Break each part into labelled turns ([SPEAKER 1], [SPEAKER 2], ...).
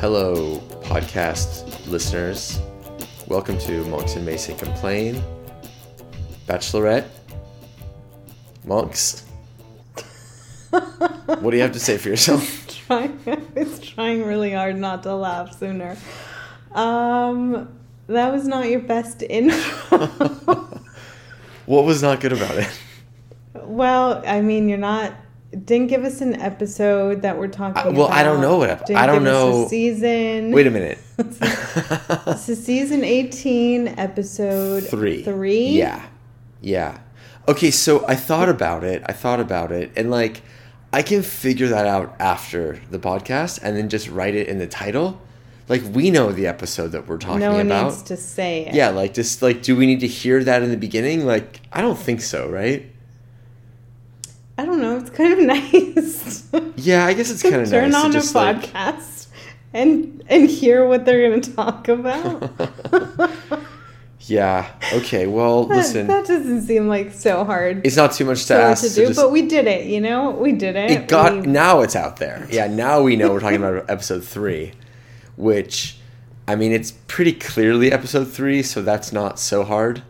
[SPEAKER 1] Hello, podcast listeners. Welcome to Monks and Mason Complain. Bachelorette. Monks. what do you have to say for yourself?
[SPEAKER 2] trying I was trying really hard not to laugh sooner. Um that was not your best intro.
[SPEAKER 1] What was not good about it?
[SPEAKER 2] well, I mean you're not didn't give us an episode that we're talking
[SPEAKER 1] I- well, I don't
[SPEAKER 2] about.
[SPEAKER 1] know what ep-
[SPEAKER 2] Didn't
[SPEAKER 1] I don't
[SPEAKER 2] give us a
[SPEAKER 1] know-
[SPEAKER 2] season.
[SPEAKER 1] Wait a minute.
[SPEAKER 2] This is season 18, episode
[SPEAKER 1] three.
[SPEAKER 2] Three?
[SPEAKER 1] Yeah. Yeah. Okay, so I thought about it. I thought about it. And like, I can figure that out after the podcast and then just write it in the title. Like, we know the episode that we're talking
[SPEAKER 2] No one
[SPEAKER 1] about.
[SPEAKER 2] needs to say it.
[SPEAKER 1] yeah, like, just like, do we need to hear that in the beginning? Like, I don't think so, right?
[SPEAKER 2] I don't know. It's kind of nice.
[SPEAKER 1] Yeah, I guess it's kind of nice.
[SPEAKER 2] turn
[SPEAKER 1] to
[SPEAKER 2] on a
[SPEAKER 1] just, like-
[SPEAKER 2] podcast and and hear what they're going to talk about.
[SPEAKER 1] yeah. Okay, well,
[SPEAKER 2] That-
[SPEAKER 1] listen,
[SPEAKER 2] that, doesn't seem like so hard
[SPEAKER 1] it's not too much to
[SPEAKER 2] so hard
[SPEAKER 1] ask.
[SPEAKER 2] to
[SPEAKER 1] so
[SPEAKER 2] do,
[SPEAKER 1] just-
[SPEAKER 2] but we did it. You know, we did it.
[SPEAKER 1] it got
[SPEAKER 2] We-
[SPEAKER 1] now it's out there yeah now we know we're talking about episode three which i mean it's pretty clearly episode three so that's not so hard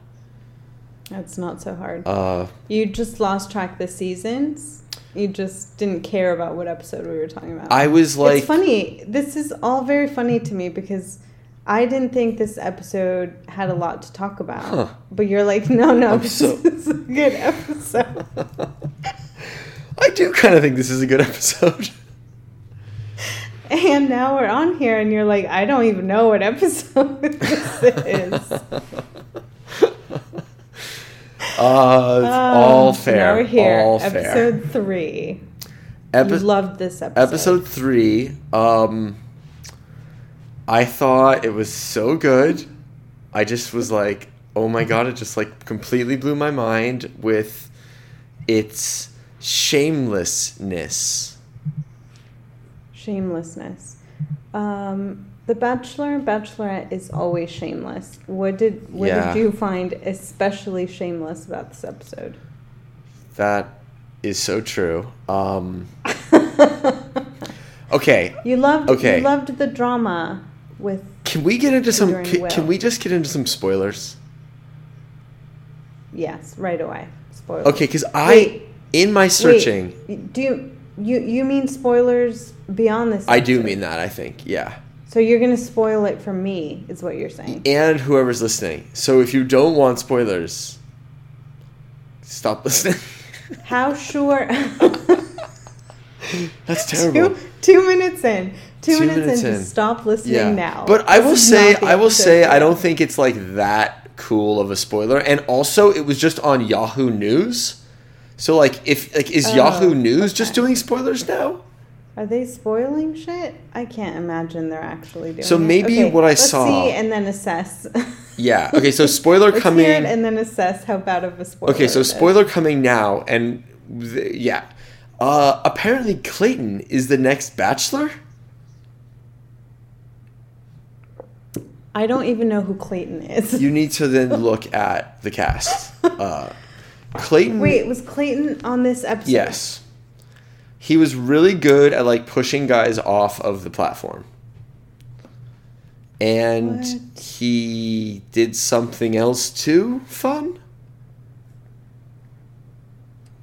[SPEAKER 2] that's not so hard.
[SPEAKER 1] uh
[SPEAKER 2] you just lost track of the seasons. You just didn't care about what episode we were talking about.
[SPEAKER 1] i was like
[SPEAKER 2] it's funny. This is all very funny to me because I didn't think this episode had a lot to talk about.
[SPEAKER 1] Huh.
[SPEAKER 2] But you're like, no, no,
[SPEAKER 1] I'm
[SPEAKER 2] this
[SPEAKER 1] so-
[SPEAKER 2] is a good episode.
[SPEAKER 1] i do kind of think this is a good episode
[SPEAKER 2] and now we're on here, and you're like, I don't even know what episode this is.
[SPEAKER 1] uh all fair
[SPEAKER 2] Ah, Um, Now we're here.
[SPEAKER 1] all fair
[SPEAKER 2] episode three.
[SPEAKER 1] Epi-
[SPEAKER 2] you loved this episode.
[SPEAKER 1] episode three um i thought it was so good i just was like oh my god it just like completely blew my mind with its shamelessness
[SPEAKER 2] shamelessness. Um, the Bachelor and Bachelorette is always shameless. What did what
[SPEAKER 1] Yeah.
[SPEAKER 2] did you find especially shameless about this episode?
[SPEAKER 1] that is so true um okay
[SPEAKER 2] You loved
[SPEAKER 1] Okay.
[SPEAKER 2] you loved the drama with
[SPEAKER 1] can we get into some
[SPEAKER 2] During
[SPEAKER 1] can,
[SPEAKER 2] Will.
[SPEAKER 1] can we just get into some spoilers
[SPEAKER 2] yes right away. Spoilers.
[SPEAKER 1] okay because i
[SPEAKER 2] Wait.
[SPEAKER 1] in my searching
[SPEAKER 2] Wait, do you, you you mean spoilers beyond this?
[SPEAKER 1] i do
[SPEAKER 2] episode?
[SPEAKER 1] mean that i think yeah
[SPEAKER 2] So you're gonna spoil it for me, is what you're saying.
[SPEAKER 1] and whoever's listening. So if you don't want spoilers, stop listening.
[SPEAKER 2] How sure?
[SPEAKER 1] That's
[SPEAKER 2] two,
[SPEAKER 1] terrible.
[SPEAKER 2] two minutes in. Two, minutes, in.
[SPEAKER 1] minutes
[SPEAKER 2] Just
[SPEAKER 1] in.
[SPEAKER 2] stop listening
[SPEAKER 1] yeah.
[SPEAKER 2] now.
[SPEAKER 1] But I
[SPEAKER 2] This
[SPEAKER 1] will
[SPEAKER 2] is
[SPEAKER 1] say,
[SPEAKER 2] not the
[SPEAKER 1] I will
[SPEAKER 2] episode
[SPEAKER 1] say,
[SPEAKER 2] for
[SPEAKER 1] I
[SPEAKER 2] you.
[SPEAKER 1] don't think it's like that cool of a spoiler. And also, it was just on Yahoo News. So like, if like, is
[SPEAKER 2] Oh,
[SPEAKER 1] Yahoo News just
[SPEAKER 2] okay.
[SPEAKER 1] doing spoilers now?
[SPEAKER 2] Are they spoiling shit? I can't imagine they're actually doing.
[SPEAKER 1] So
[SPEAKER 2] it.
[SPEAKER 1] maybe what I
[SPEAKER 2] let's
[SPEAKER 1] saw-
[SPEAKER 2] See and then assess.
[SPEAKER 1] Yeah. Okay. So spoiler
[SPEAKER 2] Let's
[SPEAKER 1] coming.
[SPEAKER 2] hear it and then assess how bad of a spoiler.
[SPEAKER 1] Okay, so
[SPEAKER 2] it is.
[SPEAKER 1] spoiler coming now, and th- yeah, uh, apparently Clayton is the next Bachelor.
[SPEAKER 2] I don't even know who Clayton is.
[SPEAKER 1] you need to then look at the cast. Uh, Clayton,
[SPEAKER 2] Wait, was Clayton on this episode?
[SPEAKER 1] yes, he was really good at like pushing guys off of the platform, and
[SPEAKER 2] What?
[SPEAKER 1] he did something else too fun.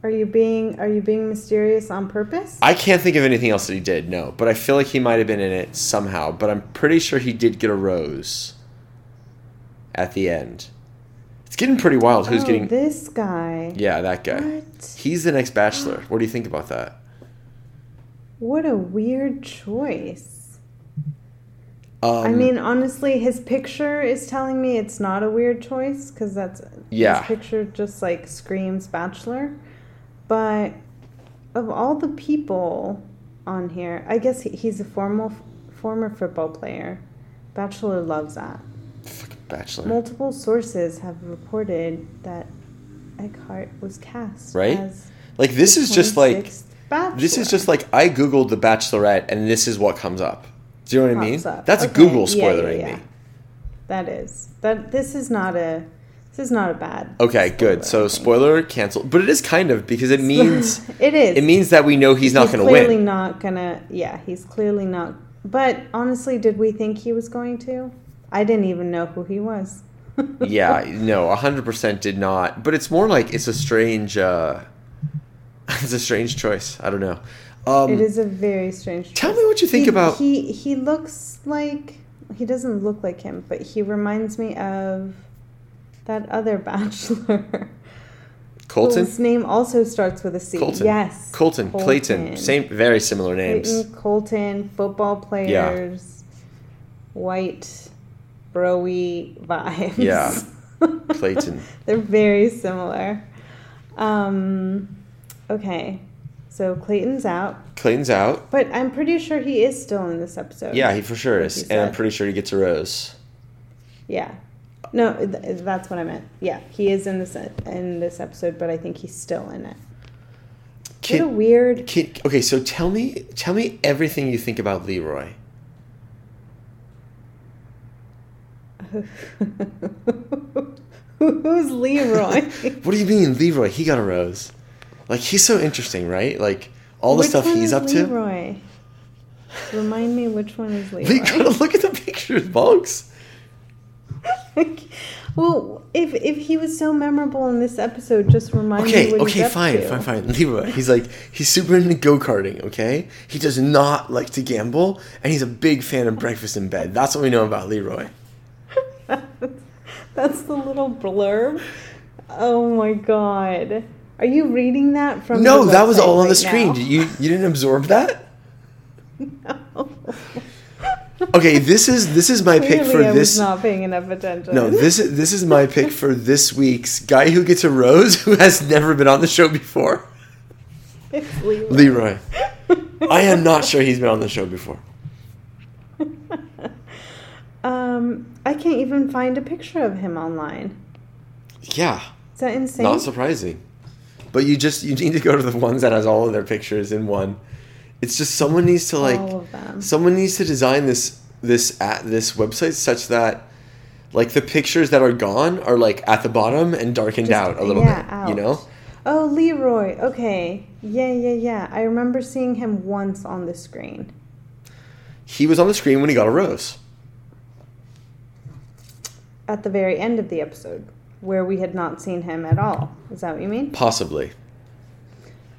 [SPEAKER 2] Are you being Are you being mysterious on purpose?
[SPEAKER 1] I can't think of anything else that he did. No, but I feel like he might have been in it somehow. But I'm pretty sure he did get a rose at the end. It's getting pretty wild. Who's
[SPEAKER 2] oh,
[SPEAKER 1] getting?
[SPEAKER 2] this guy?
[SPEAKER 1] yeah, that guy.
[SPEAKER 2] What?
[SPEAKER 1] He's the next Bachelor. What do you think about that?
[SPEAKER 2] What a weird choice.
[SPEAKER 1] Um,
[SPEAKER 2] I mean, honestly, his picture is telling me it's not a weird choice because that's
[SPEAKER 1] Yeah.
[SPEAKER 2] His picture just like screams bachelor, but of all the people on here, I guess he- he's a formal former football player. Bachelor loves that.
[SPEAKER 1] Bachelor.
[SPEAKER 2] Multiple sources have reported that Eckhart was cast
[SPEAKER 1] Right?
[SPEAKER 2] as
[SPEAKER 1] Like this is just like
[SPEAKER 2] 26th bachelor.
[SPEAKER 1] this is just like I googled the Bachelorette and this is what comes up. Do you know what I mean?
[SPEAKER 2] Pops up.
[SPEAKER 1] That's
[SPEAKER 2] Okay.
[SPEAKER 1] Google
[SPEAKER 2] Yeah, yeah,
[SPEAKER 1] spoiling
[SPEAKER 2] yeah.
[SPEAKER 1] me.
[SPEAKER 2] That is that. This is not a. This is not a bad.
[SPEAKER 1] Okay, good.
[SPEAKER 2] Spoiler,
[SPEAKER 1] So
[SPEAKER 2] I think.
[SPEAKER 1] spoiler canceled, but it is kind of because it means
[SPEAKER 2] it is.
[SPEAKER 1] it means that we know he's not going to
[SPEAKER 2] clearly
[SPEAKER 1] win.
[SPEAKER 2] not gonna. Yeah, he's clearly not. But honestly, did we think he was going to? I didn't even know who he was.
[SPEAKER 1] yeah, no, hundred percent did not. But it's more like it's a strange, uh, it's a strange choice. I don't know. Um,
[SPEAKER 2] it is a very strange.
[SPEAKER 1] Tell
[SPEAKER 2] choice.
[SPEAKER 1] me what you think
[SPEAKER 2] he,
[SPEAKER 1] about.
[SPEAKER 2] He he looks like he doesn't look like him, but he reminds me of that other bachelor.
[SPEAKER 1] Colton.
[SPEAKER 2] Whose name also starts with a C.
[SPEAKER 1] Colton.
[SPEAKER 2] Yes.
[SPEAKER 1] Colton, Clayton, same, very similar names.
[SPEAKER 2] Clayton, Colton, football players, white, broy vibes.
[SPEAKER 1] Yeah. Clayton.
[SPEAKER 2] They're very similar. Um, okay, so Clayton's out,
[SPEAKER 1] Clayton's out.
[SPEAKER 2] but I'm pretty sure he is still in this episode.
[SPEAKER 1] Yeah, he for sure
[SPEAKER 2] Like
[SPEAKER 1] is,
[SPEAKER 2] you
[SPEAKER 1] and I'm
[SPEAKER 2] said.
[SPEAKER 1] pretty sure he gets a rose.
[SPEAKER 2] Yeah. No, th- that's what I meant. Yeah, he is in this e, in this episode, but I think he's still in it.
[SPEAKER 1] Can-
[SPEAKER 2] what a weird.
[SPEAKER 1] Can, okay, so tell me, tell me everything you think about Leroy.
[SPEAKER 2] Who's Leroy?
[SPEAKER 1] What do you mean, Leroy? He got a rose. Like he's so interesting, right? Like all the
[SPEAKER 2] Which
[SPEAKER 1] stuff
[SPEAKER 2] one
[SPEAKER 1] he's
[SPEAKER 2] is
[SPEAKER 1] up to.
[SPEAKER 2] Leroy? Remind me which one is
[SPEAKER 1] We gotta
[SPEAKER 2] Leroy.
[SPEAKER 1] look at the pictures, Bugs.
[SPEAKER 2] well, if if he was so memorable in this episode, just remind me
[SPEAKER 1] Okay,
[SPEAKER 2] what he's
[SPEAKER 1] okay,
[SPEAKER 2] up
[SPEAKER 1] fine,
[SPEAKER 2] to.
[SPEAKER 1] fine, fine. Leroy, he's like he's super into go karting. Okay, he does not like to gamble, and he's a big fan of breakfast in bed. That's what we know about Leroy.
[SPEAKER 2] That's the little blurb. Oh my god. Are you reading that from
[SPEAKER 1] No,
[SPEAKER 2] the
[SPEAKER 1] that was
[SPEAKER 2] website
[SPEAKER 1] all on the
[SPEAKER 2] right
[SPEAKER 1] screen.
[SPEAKER 2] now?
[SPEAKER 1] Did you you didn't absorb that? Okay, this is this is my pick
[SPEAKER 2] Clearly
[SPEAKER 1] for
[SPEAKER 2] I was
[SPEAKER 1] this.
[SPEAKER 2] not paying enough attention.
[SPEAKER 1] No, this is this is my pick for this week's guy who gets a rose who has never been on the show before.
[SPEAKER 2] It's Leroy.
[SPEAKER 1] Leroy. I am not sure he's been on the show before.
[SPEAKER 2] Um, I can't even find a picture of him online.
[SPEAKER 1] Yeah,
[SPEAKER 2] Is that insane?
[SPEAKER 1] not surprising. But you just you need to go to the ones that has all of their pictures in one. It's just someone needs to like
[SPEAKER 2] all of them.
[SPEAKER 1] someone needs to design this this at this website such that like the pictures that are gone are like at the bottom and darkened
[SPEAKER 2] Just-
[SPEAKER 1] out a little
[SPEAKER 2] yeah,
[SPEAKER 1] bit, you
[SPEAKER 2] out.
[SPEAKER 1] know?
[SPEAKER 2] Oh, Leroy. Okay. Yeah, yeah, yeah. I remember seeing him once on the screen.
[SPEAKER 1] He was on the screen when he got a rose.
[SPEAKER 2] At the very end of the episode, where we had not seen him at all. Is that what you mean?
[SPEAKER 1] Possibly.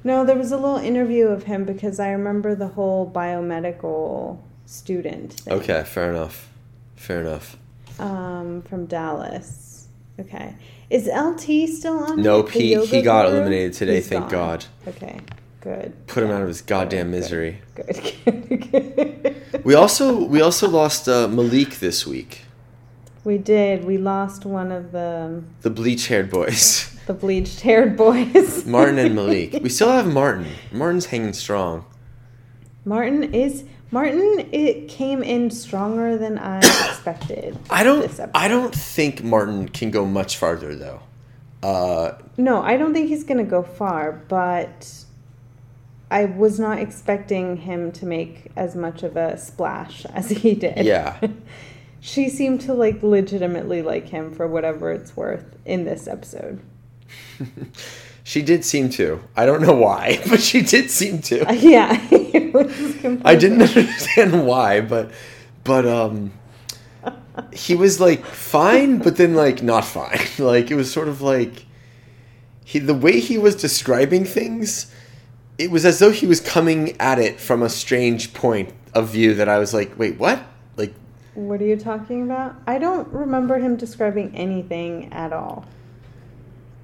[SPEAKER 2] No, there was a little interview of him because I remember the whole biomedical student thing,
[SPEAKER 1] Okay, fair enough. Fair enough.
[SPEAKER 2] um, from Dallas. Okay. Is LT still on?
[SPEAKER 1] Nope,
[SPEAKER 2] The
[SPEAKER 1] he-
[SPEAKER 2] yoga
[SPEAKER 1] he got
[SPEAKER 2] guru?
[SPEAKER 1] eliminated today,
[SPEAKER 2] He's
[SPEAKER 1] thank
[SPEAKER 2] gone.
[SPEAKER 1] God.
[SPEAKER 2] Okay. Good.
[SPEAKER 1] Put him out of his goddamn misery.
[SPEAKER 2] Good. Good. Good.
[SPEAKER 1] We also we also lost uh, Malik this week.
[SPEAKER 2] We did. We lost one of the
[SPEAKER 1] The bleach haired boys.
[SPEAKER 2] the bleached haired boys.
[SPEAKER 1] Martin and Malik. We still have Martin. Martin's hanging strong.
[SPEAKER 2] Martin is Martin. It came in stronger than I expected.
[SPEAKER 1] I don't
[SPEAKER 2] This episode.
[SPEAKER 1] I don't think Martin can go much farther though. Uh,
[SPEAKER 2] No, I don't think he's gonna go far, but I was not expecting him to make as much of a splash as he did.
[SPEAKER 1] yeah.
[SPEAKER 2] she seemed to like legitimately like him for whatever it's worth in this episode.
[SPEAKER 1] She did seem to. I don't know why, but she did seem to.
[SPEAKER 2] yeah, it was confusing.
[SPEAKER 1] I didn't understand why, but but um he was like fine, but then like not fine. Like it was sort of like he the way he was describing things, it was as though he was coming at it from a strange point of view that I was like, "Wait, what?" Like
[SPEAKER 2] What are you talking about? I don't remember him describing anything at all.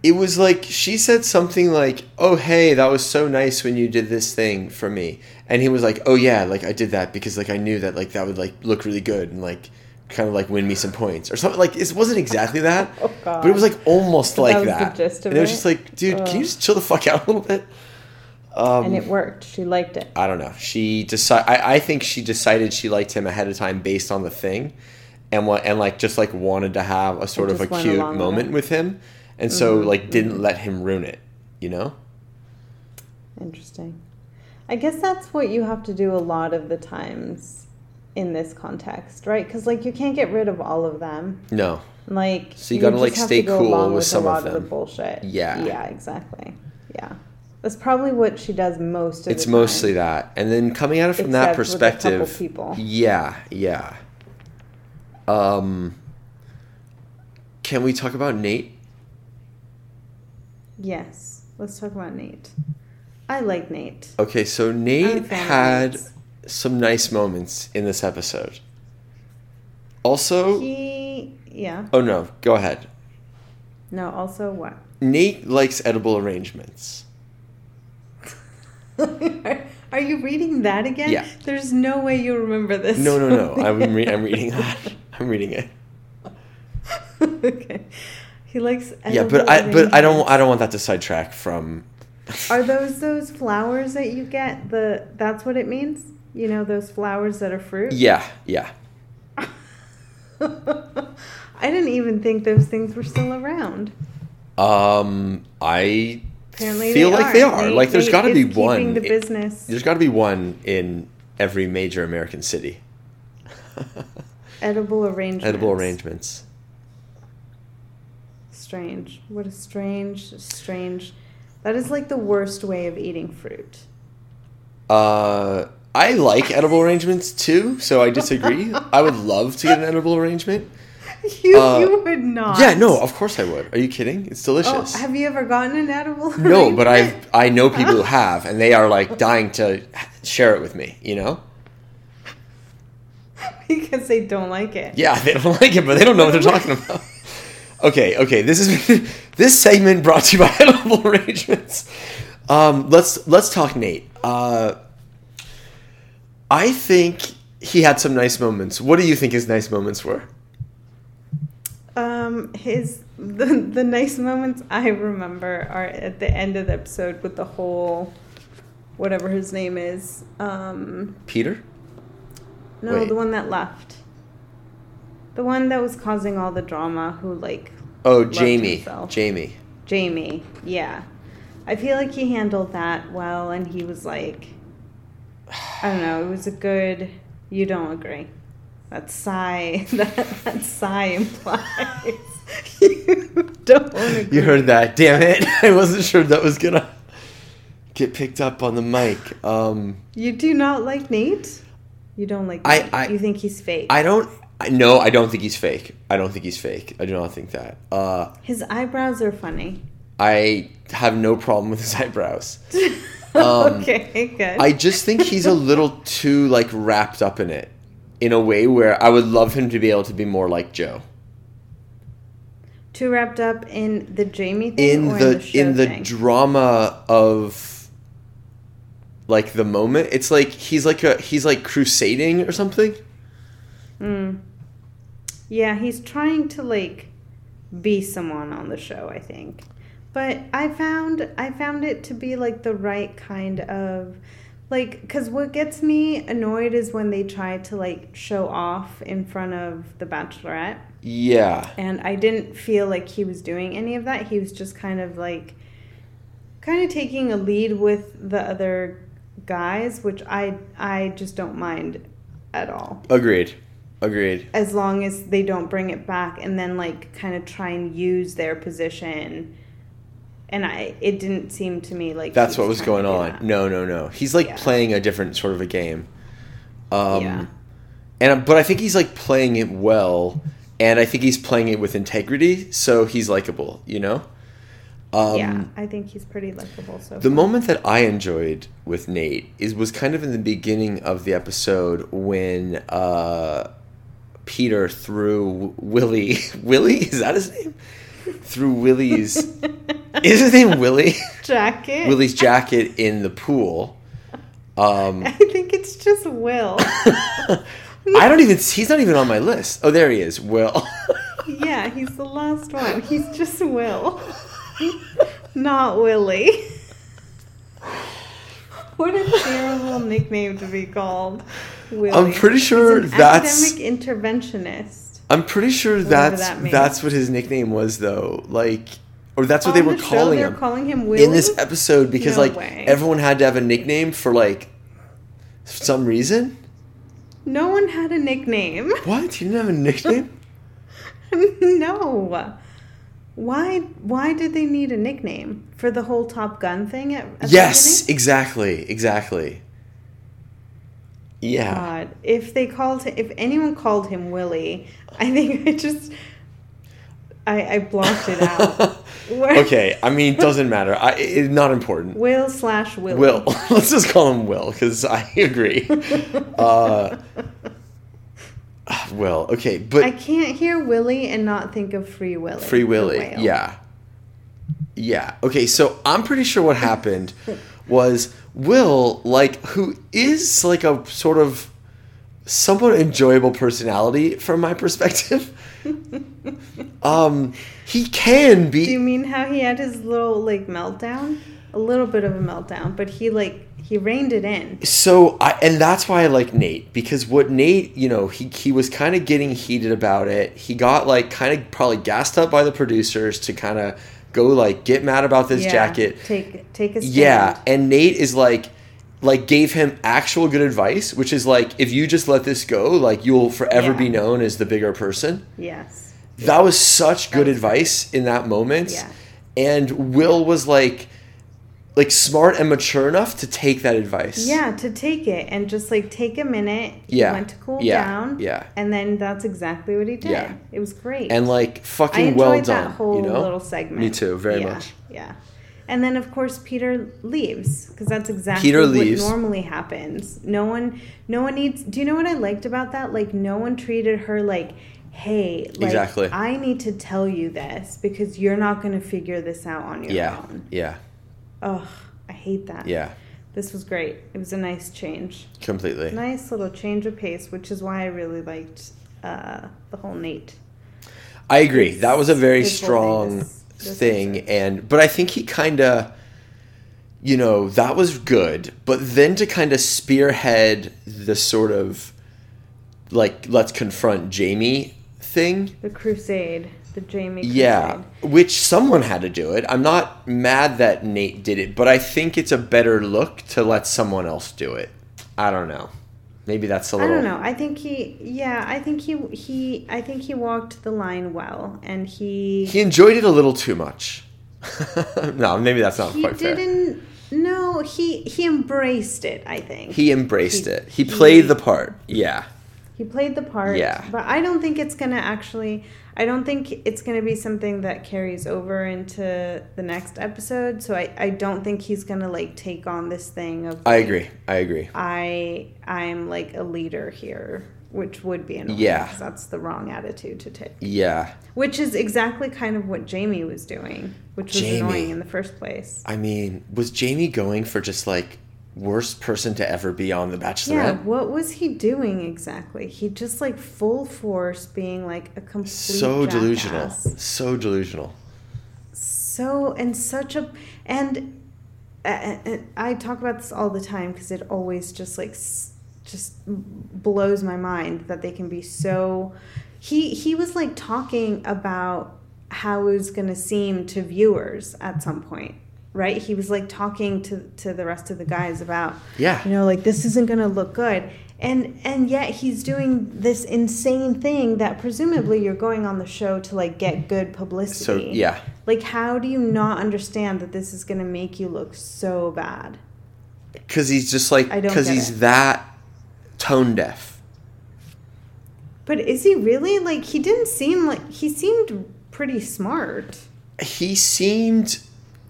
[SPEAKER 1] it was like she said something like, "Oh hey, that was so nice when you did this thing for me," and he was like, "Oh yeah, like I did that because like I knew that like that would like look really good and like kind of like win me some points or something." Like it wasn't exactly that,
[SPEAKER 2] Oh, God.
[SPEAKER 1] but it was like almost
[SPEAKER 2] But
[SPEAKER 1] like
[SPEAKER 2] that was the
[SPEAKER 1] that.
[SPEAKER 2] gist of
[SPEAKER 1] and it was
[SPEAKER 2] it?
[SPEAKER 1] just like, dude, can
[SPEAKER 2] Ugh.
[SPEAKER 1] you just chill the fuck out a little bit? Um,
[SPEAKER 2] and it worked. She liked it.
[SPEAKER 1] I don't know. She decide. I, I think she decided she liked him ahead of time based on the thing, and what and like just like wanted to have a sort
[SPEAKER 2] It
[SPEAKER 1] of a
[SPEAKER 2] just went
[SPEAKER 1] cute
[SPEAKER 2] along with
[SPEAKER 1] moment
[SPEAKER 2] it. Mm-hmm.
[SPEAKER 1] with him, and so like didn't let him ruin it. You know?
[SPEAKER 2] Interesting. I guess that's what you have to do a lot of the times in this context, right? Because like you can't get rid of all of them.
[SPEAKER 1] No.
[SPEAKER 2] Like
[SPEAKER 1] So you gotta,
[SPEAKER 2] just
[SPEAKER 1] like,
[SPEAKER 2] have
[SPEAKER 1] stay
[SPEAKER 2] go
[SPEAKER 1] cool
[SPEAKER 2] along
[SPEAKER 1] with some
[SPEAKER 2] a
[SPEAKER 1] of
[SPEAKER 2] lot of the
[SPEAKER 1] them.
[SPEAKER 2] bullshit.
[SPEAKER 1] Yeah.
[SPEAKER 2] Yeah. Exactly. Yeah. That's probably what she does most of the
[SPEAKER 1] it's mostly
[SPEAKER 2] time,
[SPEAKER 1] that. And then coming at it from that
[SPEAKER 2] except with a couple
[SPEAKER 1] perspective,
[SPEAKER 2] people.
[SPEAKER 1] yeah, yeah. Um, can we talk about Nate?
[SPEAKER 2] Yes. Let's talk about Nate. I like Nate.
[SPEAKER 1] Okay, so
[SPEAKER 2] I'm a
[SPEAKER 1] Nate
[SPEAKER 2] fan of
[SPEAKER 1] had
[SPEAKER 2] Nate's.
[SPEAKER 1] some nice moments in this episode. Also,
[SPEAKER 2] He, yeah.
[SPEAKER 1] oh no, go ahead.
[SPEAKER 2] No, also what?
[SPEAKER 1] Nate likes edible arrangements.
[SPEAKER 2] Are you reading that again?
[SPEAKER 1] Yeah.
[SPEAKER 2] There's no way you remember this.
[SPEAKER 1] No, no, no. I'm, re- I'm reading that. I'm reading it.
[SPEAKER 2] okay. He likes.
[SPEAKER 1] yeah, but
[SPEAKER 2] edible
[SPEAKER 1] I but I don't
[SPEAKER 2] arrangements.
[SPEAKER 1] I don't want that to sidetrack from.
[SPEAKER 2] Are those those flowers that you get? The that's what it means. You know those flowers that are fruit.
[SPEAKER 1] Yeah, yeah.
[SPEAKER 2] I didn't even think those things were still around.
[SPEAKER 1] Um, I
[SPEAKER 2] Apparently,
[SPEAKER 1] feel
[SPEAKER 2] they
[SPEAKER 1] like
[SPEAKER 2] are.
[SPEAKER 1] they are. like, there's got to
[SPEAKER 2] is
[SPEAKER 1] be
[SPEAKER 2] keeping
[SPEAKER 1] one.
[SPEAKER 2] the
[SPEAKER 1] i-
[SPEAKER 2] business
[SPEAKER 1] there's got to be one in every major American city.
[SPEAKER 2] edible arrangement.
[SPEAKER 1] Edible arrangements.
[SPEAKER 2] Strange. What a strange, strange. That is like the worst way of eating fruit.
[SPEAKER 1] Uh, I like edible arrangements too, so I disagree. I would love to get an edible arrangement.
[SPEAKER 2] You,
[SPEAKER 1] Uh,
[SPEAKER 2] you would not.
[SPEAKER 1] Yeah, no, of course I would. Are you kidding? It's
[SPEAKER 2] Oh,
[SPEAKER 1] delicious.
[SPEAKER 2] have you ever gotten an edible?
[SPEAKER 1] no, but I
[SPEAKER 2] arrangement?
[SPEAKER 1] I know people who have, and they are like dying to share it with me. You know?
[SPEAKER 2] because they don't like it.
[SPEAKER 1] Yeah, they don't like it, but they don't know what they're talking about. Okay, okay. This is this segment brought to you by Edible Arrangements. Um, let's let's talk Nate. Uh, I think he had some nice moments. What do you think his nice moments were?
[SPEAKER 2] Um, his the the nice moments I remember are at the end of the episode with the whole, whatever his name is. Um,
[SPEAKER 1] Peter?
[SPEAKER 2] no,
[SPEAKER 1] Wait.
[SPEAKER 2] the one that left. The one that was causing all the drama, who like
[SPEAKER 1] Oh,
[SPEAKER 2] loved
[SPEAKER 1] Jamie.
[SPEAKER 2] himself.
[SPEAKER 1] Jamie.
[SPEAKER 2] Jamie, yeah. I feel like he handled that well and he was like I don't know, it was a good you don't agree. That sigh that, that sigh implies you don't agree.
[SPEAKER 1] You heard that? Damn it! I wasn't sure that was gonna get picked up on the mic. Um,
[SPEAKER 2] You do not like Nate? You don't like
[SPEAKER 1] I-
[SPEAKER 2] Nate.
[SPEAKER 1] I-
[SPEAKER 2] you think he's fake.
[SPEAKER 1] I don't. I, no, I don't think he's fake. I don't think he's fake. I do not think that. Uh,
[SPEAKER 2] His eyebrows are funny.
[SPEAKER 1] I have no problem with his eyebrows.
[SPEAKER 2] okay, good.
[SPEAKER 1] Um, I just think he's a little too like wrapped up in it, in a way where I would love him to be able to be more like Joe
[SPEAKER 2] Too wrapped up in the Jamie thing
[SPEAKER 1] in
[SPEAKER 2] or
[SPEAKER 1] the,
[SPEAKER 2] in the show
[SPEAKER 1] in the
[SPEAKER 2] thing?
[SPEAKER 1] drama of like the moment. It's like he's like a he's like crusading or something.
[SPEAKER 2] Mm. Yeah, he's trying to like be someone on the show, I think. But I found I found it to be like the right kind of like cuz what gets me annoyed is when they try to like show off in front of the bachelorette
[SPEAKER 1] Yeah.
[SPEAKER 2] and I didn't feel like he was doing any of that. He was just kind of like kind of taking a lead with the other guys, which I I just don't mind at all
[SPEAKER 1] Agreed. Agreed.
[SPEAKER 2] as long as they don't bring it back and then like kind of try and use their position and i it didn't seem to me like
[SPEAKER 1] That's
[SPEAKER 2] he
[SPEAKER 1] what was
[SPEAKER 2] trying
[SPEAKER 1] going
[SPEAKER 2] to do
[SPEAKER 1] on.
[SPEAKER 2] that.
[SPEAKER 1] No, no, no. He's like
[SPEAKER 2] Yeah.
[SPEAKER 1] playing a different sort of a game. Um,
[SPEAKER 2] Yeah.
[SPEAKER 1] And uh, but I think he's like playing it well, and I think he's playing it with integrity, so he's likable. You know. Um,
[SPEAKER 2] yeah i think he's pretty likable so
[SPEAKER 1] The
[SPEAKER 2] far.
[SPEAKER 1] moment that I enjoyed with Nate is was kind of in the beginning of the episode when uh, Peter threw Willie. Willie is that his name? Threw Willie's. is his name Willie?
[SPEAKER 2] jacket
[SPEAKER 1] Willie's jacket in the pool. Um,
[SPEAKER 2] i think it's just will
[SPEAKER 1] I don't even. He's not even on my list. Oh, there he is. Will.
[SPEAKER 2] yeah he's the last one he's just will not willie what a terrible nickname to be called willie
[SPEAKER 1] I'm pretty sure
[SPEAKER 2] He's an
[SPEAKER 1] that's.
[SPEAKER 2] academic interventionist
[SPEAKER 1] I'm pretty sure
[SPEAKER 2] Whatever
[SPEAKER 1] that's
[SPEAKER 2] that means.
[SPEAKER 1] that's what his nickname was though. Like, or that's what they
[SPEAKER 2] On
[SPEAKER 1] were
[SPEAKER 2] the show,
[SPEAKER 1] calling
[SPEAKER 2] they were
[SPEAKER 1] him
[SPEAKER 2] calling him Willie?
[SPEAKER 1] in this episode because
[SPEAKER 2] No
[SPEAKER 1] like
[SPEAKER 2] way.
[SPEAKER 1] everyone had to have a nickname for like some reason.
[SPEAKER 2] No one had a nickname.
[SPEAKER 1] What? He didn't have a nickname?
[SPEAKER 2] no. Why? Why did they need a nickname for the whole Top Gun thing? At, at the
[SPEAKER 1] yes,
[SPEAKER 2] beginning?
[SPEAKER 1] exactly, exactly. Yeah.
[SPEAKER 2] God, if they called him, if anyone called him Willie, I think I just, I, I blocked it out. Where-
[SPEAKER 1] okay, I mean, doesn't matter. I, it, not important.
[SPEAKER 2] Will slash Willie.
[SPEAKER 1] Will. Let's just call him Will because I agree. Uh, Will. Okay, but
[SPEAKER 2] I can't hear Willie and not think of Free Willie.
[SPEAKER 1] Free
[SPEAKER 2] the
[SPEAKER 1] Willy.
[SPEAKER 2] whale.
[SPEAKER 1] Yeah. Yeah. Okay, so I'm pretty sure what happened was Will, like, who is like a sort of somewhat enjoyable personality from my perspective. um he can
[SPEAKER 2] Do
[SPEAKER 1] be
[SPEAKER 2] you mean how he had his little like meltdown? A little bit of a meltdown, but he like he reined it in.
[SPEAKER 1] so I and that's why I like Nate because what Nate, you know, he he was kind of getting heated about it. He got like kind of probably gassed up by the producers to kind of go like get mad about this
[SPEAKER 2] Yeah,
[SPEAKER 1] jacket.
[SPEAKER 2] Take take a stand.
[SPEAKER 1] Yeah, and Nate is like like gave him actual good advice, which is like if you just let this go, like you'll forever
[SPEAKER 2] Yeah.
[SPEAKER 1] be known as the bigger person.
[SPEAKER 2] Yes.
[SPEAKER 1] That was such good
[SPEAKER 2] was
[SPEAKER 1] advice in that moment.
[SPEAKER 2] Yeah.
[SPEAKER 1] And Will was like like smart and mature enough to take that advice.
[SPEAKER 2] Yeah, to take it and just like take a minute. He
[SPEAKER 1] Yeah.
[SPEAKER 2] Went to cool
[SPEAKER 1] Yeah.
[SPEAKER 2] down.
[SPEAKER 1] Yeah.
[SPEAKER 2] And then that's exactly what he did.
[SPEAKER 1] Yeah.
[SPEAKER 2] It was great.
[SPEAKER 1] And like
[SPEAKER 2] I
[SPEAKER 1] fucking
[SPEAKER 2] enjoyed
[SPEAKER 1] well
[SPEAKER 2] that
[SPEAKER 1] done.
[SPEAKER 2] whole
[SPEAKER 1] you know?
[SPEAKER 2] little segment.
[SPEAKER 1] Me too, very
[SPEAKER 2] Yeah,
[SPEAKER 1] much.
[SPEAKER 2] Yeah. And then of course Peter leaves because that's exactly
[SPEAKER 1] Peter
[SPEAKER 2] what
[SPEAKER 1] leaves.
[SPEAKER 2] normally happens. No one, no one needs. Do you know what I liked about that? Like no one treated her like, hey, like,
[SPEAKER 1] Exactly.
[SPEAKER 2] I need to tell you this because you're not going to figure this out on your
[SPEAKER 1] Yeah.
[SPEAKER 2] own.
[SPEAKER 1] Yeah.
[SPEAKER 2] Ugh, I hate that.
[SPEAKER 1] Yeah.
[SPEAKER 2] This was great. It was a nice change.
[SPEAKER 1] Completely.
[SPEAKER 2] Nice little change of pace, which is why I really liked uh, the whole Nate.
[SPEAKER 1] I agree. That was a very
[SPEAKER 2] His whole thing
[SPEAKER 1] strong
[SPEAKER 2] is- this
[SPEAKER 1] thing,
[SPEAKER 2] is
[SPEAKER 1] and but I think he kind of, you know, that was good. But then to kind of spearhead the sort of, like, let's confront Jamie thing.
[SPEAKER 2] The Crusade, the Jamie. Crusade.
[SPEAKER 1] Yeah, which someone had to do it. I'm not mad that Nate did it, but I think it's a better look to let someone else do it. I don't know. Maybe that's a
[SPEAKER 2] I
[SPEAKER 1] little.
[SPEAKER 2] don't know. I think he, yeah, I think he, he, I think he walked the line well, and he,
[SPEAKER 1] He enjoyed it a little too much. no, maybe that's not
[SPEAKER 2] he
[SPEAKER 1] quite fair.
[SPEAKER 2] didn't. No, he he embraced it. I think he,
[SPEAKER 1] He embraced
[SPEAKER 2] He-
[SPEAKER 1] it. He
[SPEAKER 2] he-
[SPEAKER 1] played the part. Yeah.
[SPEAKER 2] played the part.
[SPEAKER 1] Yeah.
[SPEAKER 2] but I don't think it's gonna actually. I don't think it's gonna be something that carries over into the next episode. So I, I don't think he's gonna like take on this thing of
[SPEAKER 1] I
[SPEAKER 2] like,
[SPEAKER 1] agree. I agree.
[SPEAKER 2] I I'm like a leader here, which would be annoying.
[SPEAKER 1] Yeah.
[SPEAKER 2] 'cause that's the wrong attitude to take.
[SPEAKER 1] Yeah.
[SPEAKER 2] Which is exactly kind of what Jamie was doing, which was
[SPEAKER 1] Jamie.
[SPEAKER 2] annoying in the first place.
[SPEAKER 1] I mean, was Jamie going for just like worst person to ever be on The
[SPEAKER 2] Yeah,
[SPEAKER 1] Bachelorette?
[SPEAKER 2] what was he doing exactly? He just like full force being like a complete
[SPEAKER 1] So delusional.
[SPEAKER 2] jackass.
[SPEAKER 1] So delusional.
[SPEAKER 2] So and such a and uh, uh, I talk about this all the time because it always just like s- just blows my mind that they can be so. He he was like talking about how it was going to seem to viewers at some point, right? He was like talking to to the rest of the guys about
[SPEAKER 1] Yeah.
[SPEAKER 2] you know like this isn't going to look good. And and yet he's doing this insane thing that presumably you're going on the show to like get good publicity.
[SPEAKER 1] So yeah.
[SPEAKER 2] Like, how do you not understand that this is going to make you look so bad?
[SPEAKER 1] Cuz he's just like
[SPEAKER 2] I don't
[SPEAKER 1] cuz
[SPEAKER 2] get
[SPEAKER 1] he's
[SPEAKER 2] it.
[SPEAKER 1] that tone deaf.
[SPEAKER 2] But is he really? Like, he didn't seem like he seemed pretty smart.
[SPEAKER 1] He seemed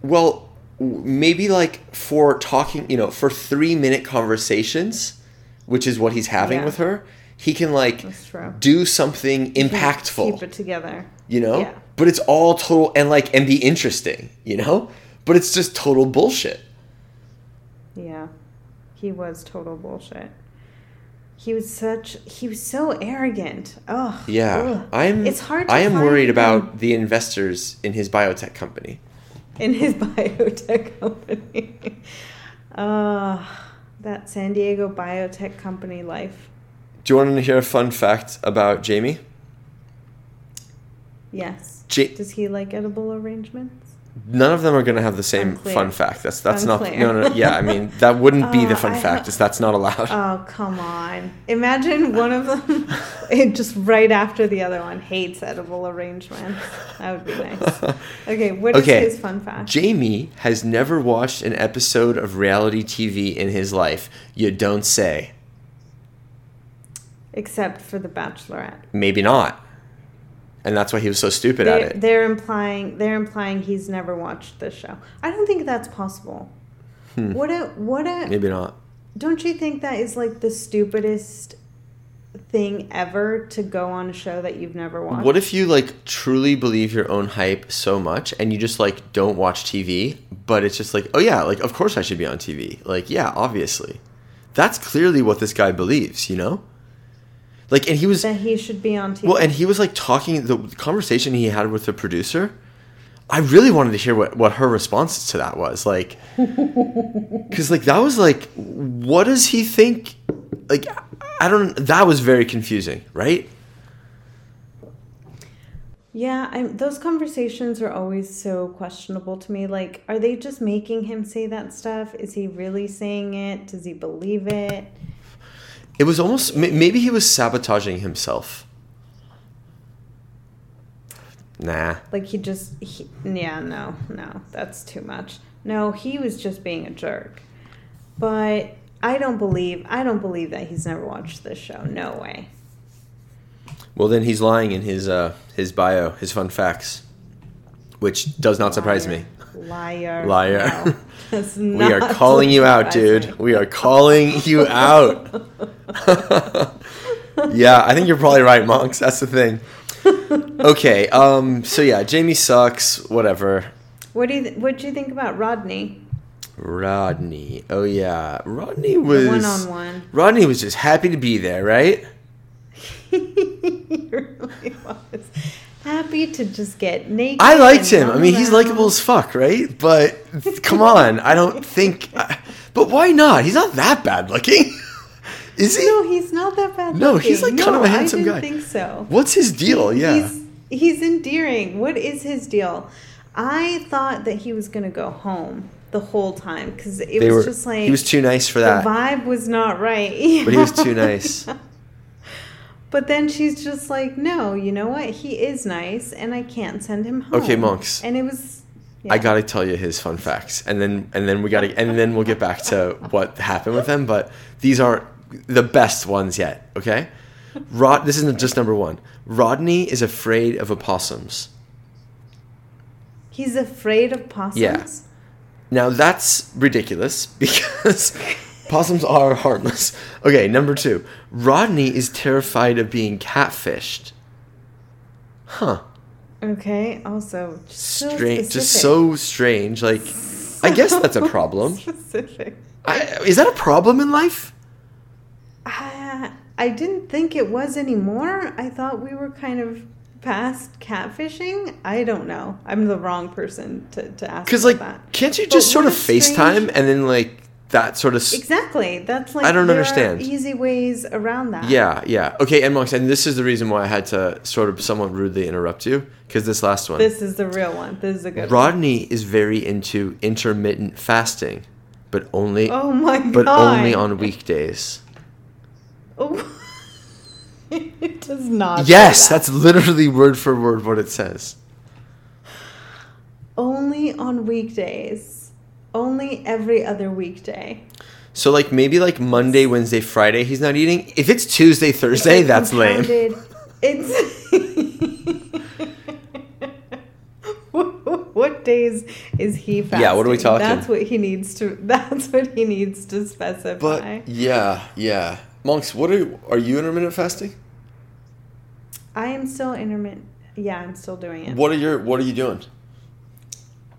[SPEAKER 1] well w- maybe like for talking, you know, for 3-minute conversations, which is what he's having
[SPEAKER 2] Yeah.
[SPEAKER 1] with her, he can like
[SPEAKER 2] That's true.
[SPEAKER 1] do something impactful.
[SPEAKER 2] Keep it together.
[SPEAKER 1] you know
[SPEAKER 2] Yeah.
[SPEAKER 1] but it's all total and like and be interesting you know but it's just total bullshit
[SPEAKER 2] Yeah. He was total bullshit. He was such. He was so arrogant. Oh.
[SPEAKER 1] yeah i'm
[SPEAKER 2] It's hard. To
[SPEAKER 1] i am
[SPEAKER 2] find
[SPEAKER 1] worried
[SPEAKER 2] him
[SPEAKER 1] about the investors in his biotech company
[SPEAKER 2] in his biotech company. uh, that San Diego biotech company life.
[SPEAKER 1] do you want to hear a fun fact about jamie
[SPEAKER 2] Yes.
[SPEAKER 1] Ja-
[SPEAKER 2] Does he like edible arrangements?
[SPEAKER 1] none of them are going to have the same
[SPEAKER 2] Unclear.
[SPEAKER 1] fun fact that's that's not
[SPEAKER 2] Unclear.
[SPEAKER 1] no, no no yeah i mean that wouldn't be
[SPEAKER 2] Uh,
[SPEAKER 1] the fun
[SPEAKER 2] I
[SPEAKER 1] fact
[SPEAKER 2] ho-
[SPEAKER 1] is that's not allowed
[SPEAKER 2] Oh, come on. Imagine one of them it just right after the other one hates edible arrangements. That would be nice. Okay, what is
[SPEAKER 1] Okay.
[SPEAKER 2] his fun fact?
[SPEAKER 1] Jamie has never watched an episode of reality TV in his life. You don't say.
[SPEAKER 2] Except for the Bachelorette.
[SPEAKER 1] Maybe not. And that's why he was so stupid at
[SPEAKER 2] They're,
[SPEAKER 1] it.
[SPEAKER 2] they're implying they're implying he's never watched this show. I don't think that's possible.
[SPEAKER 1] Hmm.
[SPEAKER 2] What a what a
[SPEAKER 1] Maybe not.
[SPEAKER 2] Don't you think that is like the stupidest thing ever to go on a show that you've never watched?
[SPEAKER 1] What if you like truly believe your own hype so much and you just like don't watch TV, but it's just like, oh yeah, like of course I should be on TV. Like, yeah, obviously. That's clearly what this guy believes, you know? Like and he was
[SPEAKER 2] that he should be on TV.
[SPEAKER 1] Well, and he was like talking the conversation he had with the producer. I really wanted to hear what, what her response to that was like, because like that was like, what does he think? Like, I don't. That was very confusing, right?
[SPEAKER 2] yeah, I'm, those conversations are always so questionable to me. Like, are they just making him say that stuff? Is he really saying it? Does he believe it?
[SPEAKER 1] It was almost m- maybe he was sabotaging himself. Nah,
[SPEAKER 2] Like, he just, he, yeah, no, no, that's too much. No, he was just being a jerk. But I don't believe, I don't believe that he's never watched this show. No way.
[SPEAKER 1] Well, then he's lying in his uh, his bio, his fun facts, which does not surprise me.
[SPEAKER 2] Liar.
[SPEAKER 1] Liar.
[SPEAKER 2] No, that's
[SPEAKER 1] We are
[SPEAKER 2] not
[SPEAKER 1] calling you out,
[SPEAKER 2] surprising.
[SPEAKER 1] dude. We are calling you out. yeah, I think you're probably right, monks. That's the thing. Okay, um, so yeah, Jamie sucks, whatever.
[SPEAKER 2] What do you th- what do you think about Rodney?
[SPEAKER 1] Rodney. Oh yeah. Rodney was
[SPEAKER 2] The one on one.
[SPEAKER 1] Rodney was just happy to be there, right?
[SPEAKER 2] He really was happy to just get naked.
[SPEAKER 1] I liked
[SPEAKER 2] and
[SPEAKER 1] him. I
[SPEAKER 2] run
[SPEAKER 1] mean, he's
[SPEAKER 2] around.
[SPEAKER 1] likable as fuck, right? But come on, I don't think I, But why not? He's not that bad looking. Is he?
[SPEAKER 2] No, he's not that bad.
[SPEAKER 1] No, he's,
[SPEAKER 2] looking.
[SPEAKER 1] like, kind of a
[SPEAKER 2] No,
[SPEAKER 1] handsome
[SPEAKER 2] I didn't
[SPEAKER 1] guy.
[SPEAKER 2] Think so.
[SPEAKER 1] What's his deal? Yeah.
[SPEAKER 2] He's he's endearing. What is his deal? I thought that he was gonna go home the whole time because it
[SPEAKER 1] They
[SPEAKER 2] was
[SPEAKER 1] were
[SPEAKER 2] just like
[SPEAKER 1] He was too nice for that.
[SPEAKER 2] the vibe was not right.
[SPEAKER 1] But he was too nice.
[SPEAKER 2] But then she's just like, no, you know what? He is nice, and I can't send him home.
[SPEAKER 1] Okay, monks.
[SPEAKER 2] And it was. Yeah.
[SPEAKER 1] I gotta tell you his fun facts, and then and then we gotta and then we'll get back to what happened with them. But these aren't the best ones yet. Okay, Rod. This isn't just number one. Rodney is afraid of opossums.
[SPEAKER 2] He's afraid of possums.
[SPEAKER 1] Yeah. Now that's ridiculous because possums are harmless. Okay, number two. Rodney is terrified of being catfished. Huh.
[SPEAKER 2] Okay. Also, just so
[SPEAKER 1] Strange. Just
[SPEAKER 2] specific.
[SPEAKER 1] so strange. Like, I guess that's a problem.
[SPEAKER 2] Specific.
[SPEAKER 1] I, is that a problem in life?
[SPEAKER 2] Uh, I didn't think it was anymore. I thought we were kind of past catfishing. I don't know. I'm the wrong person to, to ask.
[SPEAKER 1] Because
[SPEAKER 2] about
[SPEAKER 1] like,
[SPEAKER 2] that.
[SPEAKER 1] can't you
[SPEAKER 2] But
[SPEAKER 1] just sort
[SPEAKER 2] what
[SPEAKER 1] of
[SPEAKER 2] a strange-
[SPEAKER 1] FaceTime and then like that sort of s-
[SPEAKER 2] Exactly. That's like
[SPEAKER 1] I don't
[SPEAKER 2] there are
[SPEAKER 1] understand.
[SPEAKER 2] easy ways around that.
[SPEAKER 1] yeah yeah okay and monks and this is the reason why I had to sort of somewhat rudely interrupt you because this last one
[SPEAKER 2] This is the real one. This is a good. one.
[SPEAKER 1] Rodney is very into intermittent fasting, but only
[SPEAKER 2] Oh my god.
[SPEAKER 1] but only on weekdays.
[SPEAKER 2] Oh. it does not.
[SPEAKER 1] Yes, that's literally word for word what it says.
[SPEAKER 2] Only on weekdays. Only every other weekday.
[SPEAKER 1] So like maybe like Monday, Wednesday, Friday he's not eating. If it's Tuesday, Thursday,
[SPEAKER 2] It's
[SPEAKER 1] that's lame.
[SPEAKER 2] compounded- It's. What what days is he fasting?
[SPEAKER 1] Yeah, what are we talking?
[SPEAKER 2] That's what he needs to. That's what he needs to specify.
[SPEAKER 1] But yeah, yeah. Monks, what are are you intermittent fasting?
[SPEAKER 2] I am still intermittent. Yeah, I'm still doing it.
[SPEAKER 1] What are your what are you doing?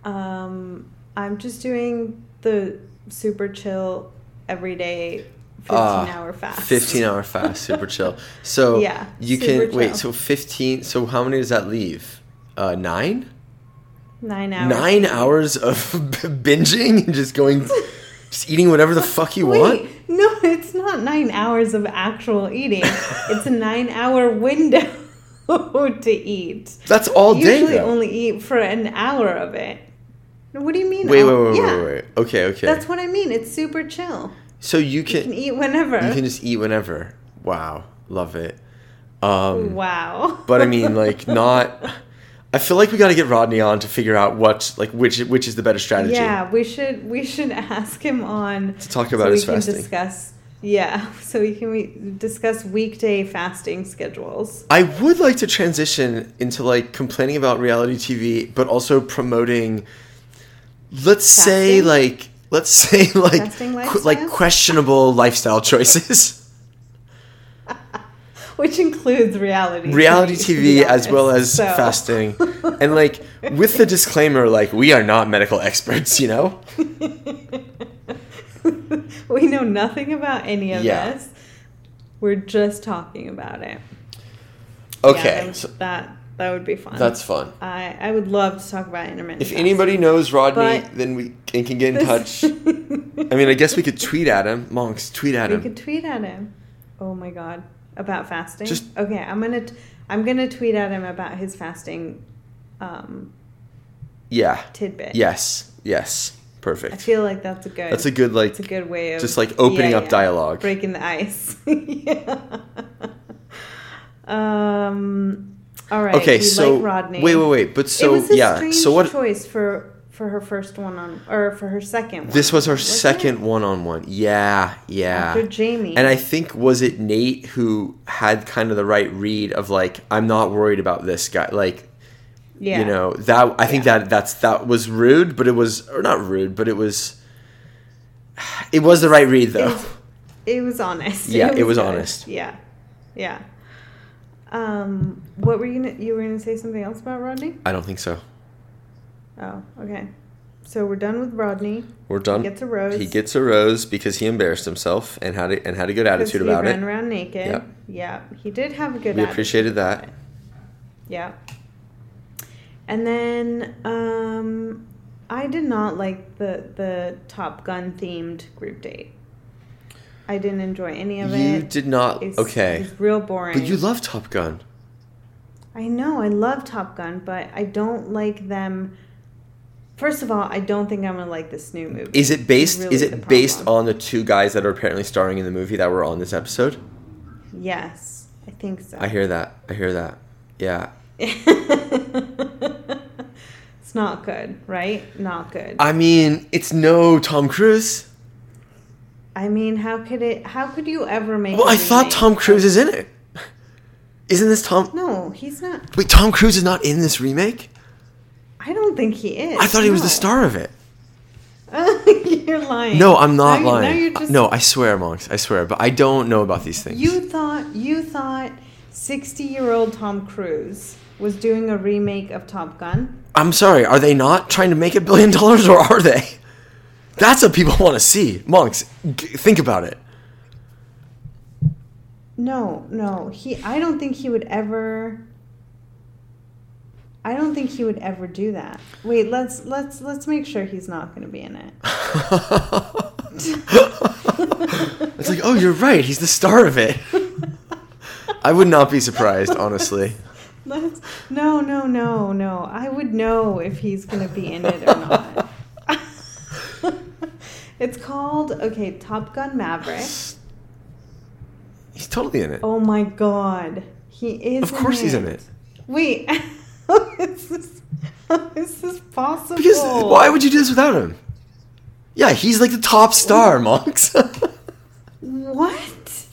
[SPEAKER 2] Um, I'm just doing the super chill everyday 15
[SPEAKER 1] Ah,
[SPEAKER 2] hour fast.
[SPEAKER 1] 15 hour fast super chill so
[SPEAKER 2] Yeah,
[SPEAKER 1] you can
[SPEAKER 2] super
[SPEAKER 1] wait so
[SPEAKER 2] chill.
[SPEAKER 1] 15 so how many does that leave uh nine
[SPEAKER 2] Nine hours.
[SPEAKER 1] nine hours of binging and just going just eating whatever the fuck you
[SPEAKER 2] Wait,
[SPEAKER 1] want
[SPEAKER 2] no, it's not nine hours of actual eating. it's a nine hour window to eat.
[SPEAKER 1] that's all day
[SPEAKER 2] Usually
[SPEAKER 1] though.
[SPEAKER 2] only eat for an hour of it. What do you mean?
[SPEAKER 1] wait wait
[SPEAKER 2] all-
[SPEAKER 1] wait wait,
[SPEAKER 2] yeah,
[SPEAKER 1] wait wait okay okay
[SPEAKER 2] That's what I mean. It's super chill.
[SPEAKER 1] so you
[SPEAKER 2] You can
[SPEAKER 1] can
[SPEAKER 2] eat whenever.
[SPEAKER 1] you can just eat whenever wow love it Um,
[SPEAKER 2] wow.
[SPEAKER 1] but I mean, like, not. I feel like we got to get Rodney on to figure out what, like, which which is the better strategy.
[SPEAKER 2] Yeah, we should we should ask him on
[SPEAKER 1] To talk about
[SPEAKER 2] so
[SPEAKER 1] his
[SPEAKER 2] we can
[SPEAKER 1] fasting.
[SPEAKER 2] discuss. Yeah, so we can we discuss weekday fasting schedules.
[SPEAKER 1] I would like to transition into like complaining about reality TV, but also promoting. Let's say
[SPEAKER 2] Fasting?
[SPEAKER 1] like let's say like
[SPEAKER 2] Fasting
[SPEAKER 1] qu- like
[SPEAKER 2] lifestyles?
[SPEAKER 1] questionable lifestyle choices.
[SPEAKER 2] which includes reality
[SPEAKER 1] reality
[SPEAKER 2] to be
[SPEAKER 1] TV as well as
[SPEAKER 2] honest. So-
[SPEAKER 1] fasting. And like with the disclaimer like we are not medical experts, you know?
[SPEAKER 2] we know nothing about any of
[SPEAKER 1] Yeah.
[SPEAKER 2] this. We're just talking about it. Yeah,
[SPEAKER 1] Okay.
[SPEAKER 2] that,
[SPEAKER 1] so
[SPEAKER 2] would- that that would be fun.
[SPEAKER 1] that's fun.
[SPEAKER 2] I I would love to talk about intermittent.
[SPEAKER 1] If anybody knows Rodney,
[SPEAKER 2] But-
[SPEAKER 1] then we can, can get in touch.
[SPEAKER 2] fasting.
[SPEAKER 1] I mean, I guess we could tweet at him. Monks, tweet at
[SPEAKER 2] we
[SPEAKER 1] him.
[SPEAKER 2] could tweet at him. Oh my god, about fasting.
[SPEAKER 1] Just-
[SPEAKER 2] okay, I'm gonna t- I'm gonna tweet at him about his fasting um,
[SPEAKER 1] Yeah.
[SPEAKER 2] tidbit.
[SPEAKER 1] Yes. Yes.
[SPEAKER 2] I
[SPEAKER 1] Perfect.
[SPEAKER 2] feel like that's a good.
[SPEAKER 1] That's a good like
[SPEAKER 2] It's a good way of
[SPEAKER 1] just like opening
[SPEAKER 2] Yeah,
[SPEAKER 1] up
[SPEAKER 2] yeah.
[SPEAKER 1] dialogue.
[SPEAKER 2] breaking the ice. yeah. Um. All right.
[SPEAKER 1] Okay,
[SPEAKER 2] we
[SPEAKER 1] so
[SPEAKER 2] like Rodney.
[SPEAKER 1] wait, wait, wait. But so
[SPEAKER 2] it was a
[SPEAKER 1] yeah.
[SPEAKER 2] strange
[SPEAKER 1] So what
[SPEAKER 2] choice for for her first one on or for her second.
[SPEAKER 1] this
[SPEAKER 2] one,
[SPEAKER 1] was her
[SPEAKER 2] it?
[SPEAKER 1] second one-on-one. Yeah. Yeah.
[SPEAKER 2] after Jamie.
[SPEAKER 1] And I think was it Nate who had kind of the right read of like I'm not worried about this guy like
[SPEAKER 2] yeah.
[SPEAKER 1] you know that I think
[SPEAKER 2] Yeah.
[SPEAKER 1] that that's that was rude but it was or not rude but it was it was the right read
[SPEAKER 2] it
[SPEAKER 1] though.
[SPEAKER 2] was, it was honest.
[SPEAKER 1] Yeah, it was
[SPEAKER 2] good.
[SPEAKER 1] honest.
[SPEAKER 2] Yeah, yeah. Um, what were you gonna, you were gonna say something else about Rodney?
[SPEAKER 1] I don't think so.
[SPEAKER 2] Oh, okay. So we're done with Rodney.
[SPEAKER 1] We're done.
[SPEAKER 2] Gets a rose.
[SPEAKER 1] Um, He gets a rose because he embarrassed himself and had a, and had a good
[SPEAKER 2] Because
[SPEAKER 1] attitude
[SPEAKER 2] he
[SPEAKER 1] about
[SPEAKER 2] ran
[SPEAKER 1] it.
[SPEAKER 2] around naked.
[SPEAKER 1] Yep.
[SPEAKER 2] Yeah, he did have a good.
[SPEAKER 1] We
[SPEAKER 2] attitude.
[SPEAKER 1] appreciated that.
[SPEAKER 2] Yeah. And then um, I did not like the the Top Gun themed group date. I didn't enjoy any of
[SPEAKER 1] You
[SPEAKER 2] it.
[SPEAKER 1] did not
[SPEAKER 2] It's-
[SPEAKER 1] okay,
[SPEAKER 2] It's real boring.
[SPEAKER 1] but you love Top Gun.
[SPEAKER 2] I know I love Top Gun, but I don't like them. First of all, I don't think I'm gonna like this new movie.
[SPEAKER 1] Is it based?
[SPEAKER 2] Really
[SPEAKER 1] is
[SPEAKER 2] the
[SPEAKER 1] it based
[SPEAKER 2] problem.
[SPEAKER 1] on the two guys that are apparently starring in the movie that were on this episode?
[SPEAKER 2] Yes, I think so.
[SPEAKER 1] I hear that. I hear that. Yeah.
[SPEAKER 2] it's not good, right? Not good.
[SPEAKER 1] I mean, it's no Tom Cruise.
[SPEAKER 2] I mean, how could it? How could you ever make?
[SPEAKER 1] Well,
[SPEAKER 2] a
[SPEAKER 1] Oh, I thought
[SPEAKER 2] remake?
[SPEAKER 1] Tom Cruise is in it. Isn't this Tom?
[SPEAKER 2] No, he's not.
[SPEAKER 1] Wait, Tom Cruise is not in this remake?
[SPEAKER 2] I don't think he is.
[SPEAKER 1] I thought he was the
[SPEAKER 2] no.
[SPEAKER 1] star of it.
[SPEAKER 2] you're lying.
[SPEAKER 1] No, I'm not
[SPEAKER 2] Now you-
[SPEAKER 1] lying.
[SPEAKER 2] Now you're just,
[SPEAKER 1] No, I swear, monks. I swear, but I don't know about these things.
[SPEAKER 2] You thought you thought sixty year old Tom Cruise was doing a remake of Top Gun.
[SPEAKER 1] I'm sorry. Are they not trying to make a billion dollars, or are they? That's what people want to see, monks. G- think about it.
[SPEAKER 2] No, no, he. I don't think he would ever. I don't think he would ever do that. Wait, let's let's let's make sure he's not going to be in it.
[SPEAKER 1] It's like, oh, you're right. He's the star of it. I would not be surprised, honestly.
[SPEAKER 2] Let's, no, no, no, no. I would know if he's going to be in it or not. it's called, okay, Top Gun Maverick.
[SPEAKER 1] He's totally in it.
[SPEAKER 2] Oh my god. He is.
[SPEAKER 1] Of course he's in it.
[SPEAKER 2] Wait. How is this, how is this possible?
[SPEAKER 1] Because why would you do this without him? Yeah, he's like the top star, monks.
[SPEAKER 2] What?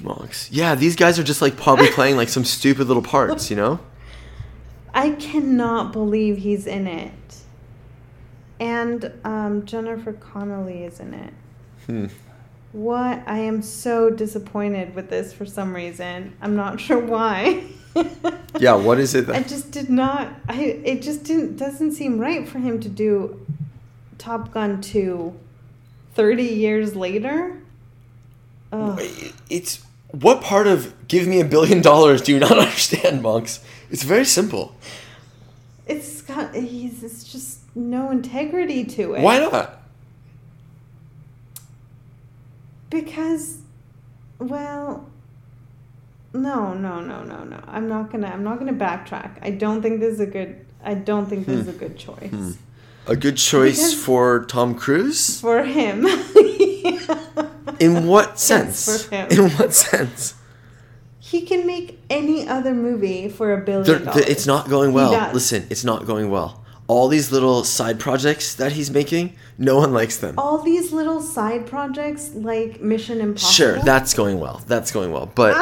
[SPEAKER 1] monks. Yeah, these guys are just like probably playing like some stupid little parts, you know?
[SPEAKER 2] I cannot believe he's in it. And um, Jennifer Connelly is in it.
[SPEAKER 1] Hmm.
[SPEAKER 2] What? I am so disappointed with this for some reason. I'm not sure why.
[SPEAKER 1] Yeah, what is it?
[SPEAKER 2] I
[SPEAKER 1] That,
[SPEAKER 2] just did not. I it just didn't doesn't seem right for him to do Top Gun 2 30 years later. Ugh.
[SPEAKER 1] it's what part of give me a billion dollars do you not understand, monks? It's very simple.
[SPEAKER 2] It's got he's it's just no integrity to it.
[SPEAKER 1] Why not?
[SPEAKER 2] Because, well, no, no, no, no, no. I'm not gonna. I'm not gonna backtrack. I don't think this is a good. I don't think this is a
[SPEAKER 1] Hmm.
[SPEAKER 2] good choice
[SPEAKER 1] A good choice
[SPEAKER 2] Because-
[SPEAKER 1] for Tom Cruise?
[SPEAKER 2] for him.
[SPEAKER 1] In what
[SPEAKER 2] Yes,
[SPEAKER 1] sense?
[SPEAKER 2] for him.
[SPEAKER 1] In what sense?
[SPEAKER 2] He can make any other movie for a
[SPEAKER 1] They're-
[SPEAKER 2] billion
[SPEAKER 1] they're-
[SPEAKER 2] dollars.
[SPEAKER 1] it's not going
[SPEAKER 2] He
[SPEAKER 1] well.
[SPEAKER 2] does.
[SPEAKER 1] Listen, it's not going well. All these little side projects that he's making, no one likes them.
[SPEAKER 2] All these little side projects like Mission Impossible.
[SPEAKER 1] Sure, that's going well. That's going well. But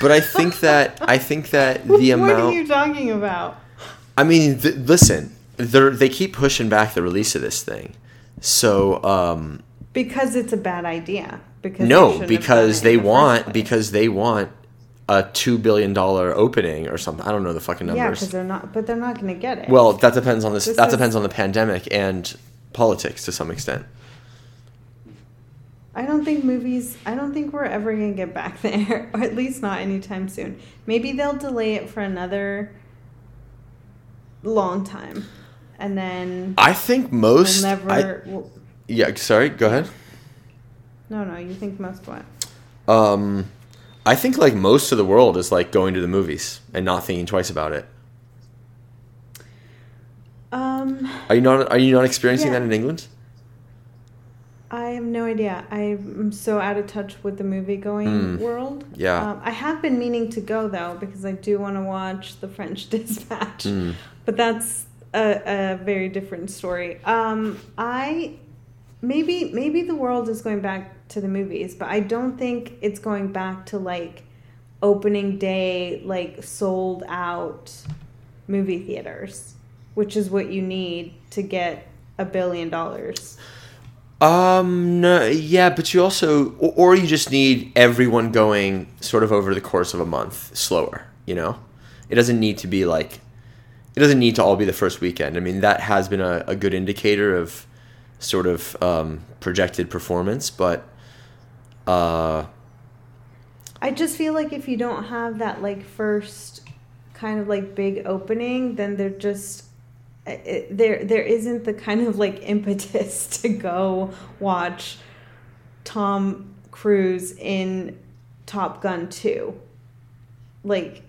[SPEAKER 1] but I think that I think that the
[SPEAKER 2] what are
[SPEAKER 1] amount
[SPEAKER 2] you talking about?
[SPEAKER 1] I mean, th- listen, they they keep pushing back the release of this thing. So, um
[SPEAKER 2] Because it's a bad idea. Because they
[SPEAKER 1] no,
[SPEAKER 2] shouldn't have
[SPEAKER 1] because
[SPEAKER 2] done it
[SPEAKER 1] they
[SPEAKER 2] in the first
[SPEAKER 1] want
[SPEAKER 2] place.
[SPEAKER 1] because they want a 2 billion dollar opening or something. I don't know the fucking
[SPEAKER 2] yeah,
[SPEAKER 1] numbers.
[SPEAKER 2] because they're not, but they're not going to get it.
[SPEAKER 1] Well, that depends on this.
[SPEAKER 2] This
[SPEAKER 1] that
[SPEAKER 2] is-
[SPEAKER 1] depends on the pandemic and politics to some extent.
[SPEAKER 2] I don't think movies. I don't think we're ever going to get back there, or at least not anytime soon. Maybe they'll delay it for another long time, and then
[SPEAKER 1] I think
[SPEAKER 2] we'll
[SPEAKER 1] most.
[SPEAKER 2] never.
[SPEAKER 1] I,
[SPEAKER 2] we'll-
[SPEAKER 1] yeah, sorry. Go ahead.
[SPEAKER 2] no, no. You think most what?
[SPEAKER 1] Um, I think like most of the world is like going to the movies and not thinking twice about it.
[SPEAKER 2] Um,
[SPEAKER 1] Are you not? Are you not experiencing
[SPEAKER 2] Yeah.
[SPEAKER 1] that in England?
[SPEAKER 2] I have no idea. I'm so out of touch with the movie going
[SPEAKER 1] Mm.
[SPEAKER 2] world.
[SPEAKER 1] Yeah.
[SPEAKER 2] Um, I have been meaning to go though because I do want to watch The French Dispatch.
[SPEAKER 1] Mm.
[SPEAKER 2] but that's a, a very different story. Um, I maybe maybe the world is going back to the movies, but I don't think it's going back to like opening day, like sold out movie theaters, which is what you need to get a billion dollars.
[SPEAKER 1] Um, no, yeah, but you also, or, or you just need everyone going sort of over the course of a month slower, you know? It doesn't need to be like, it doesn't need to all be the first weekend. I mean, that has been a, a good indicator of sort of um, projected performance, but uh,
[SPEAKER 2] I just feel like if you don't have that like first kind of like big opening, then they're just it, there there isn't the kind of like impetus to go watch Tom Cruise in Top Gun 2 like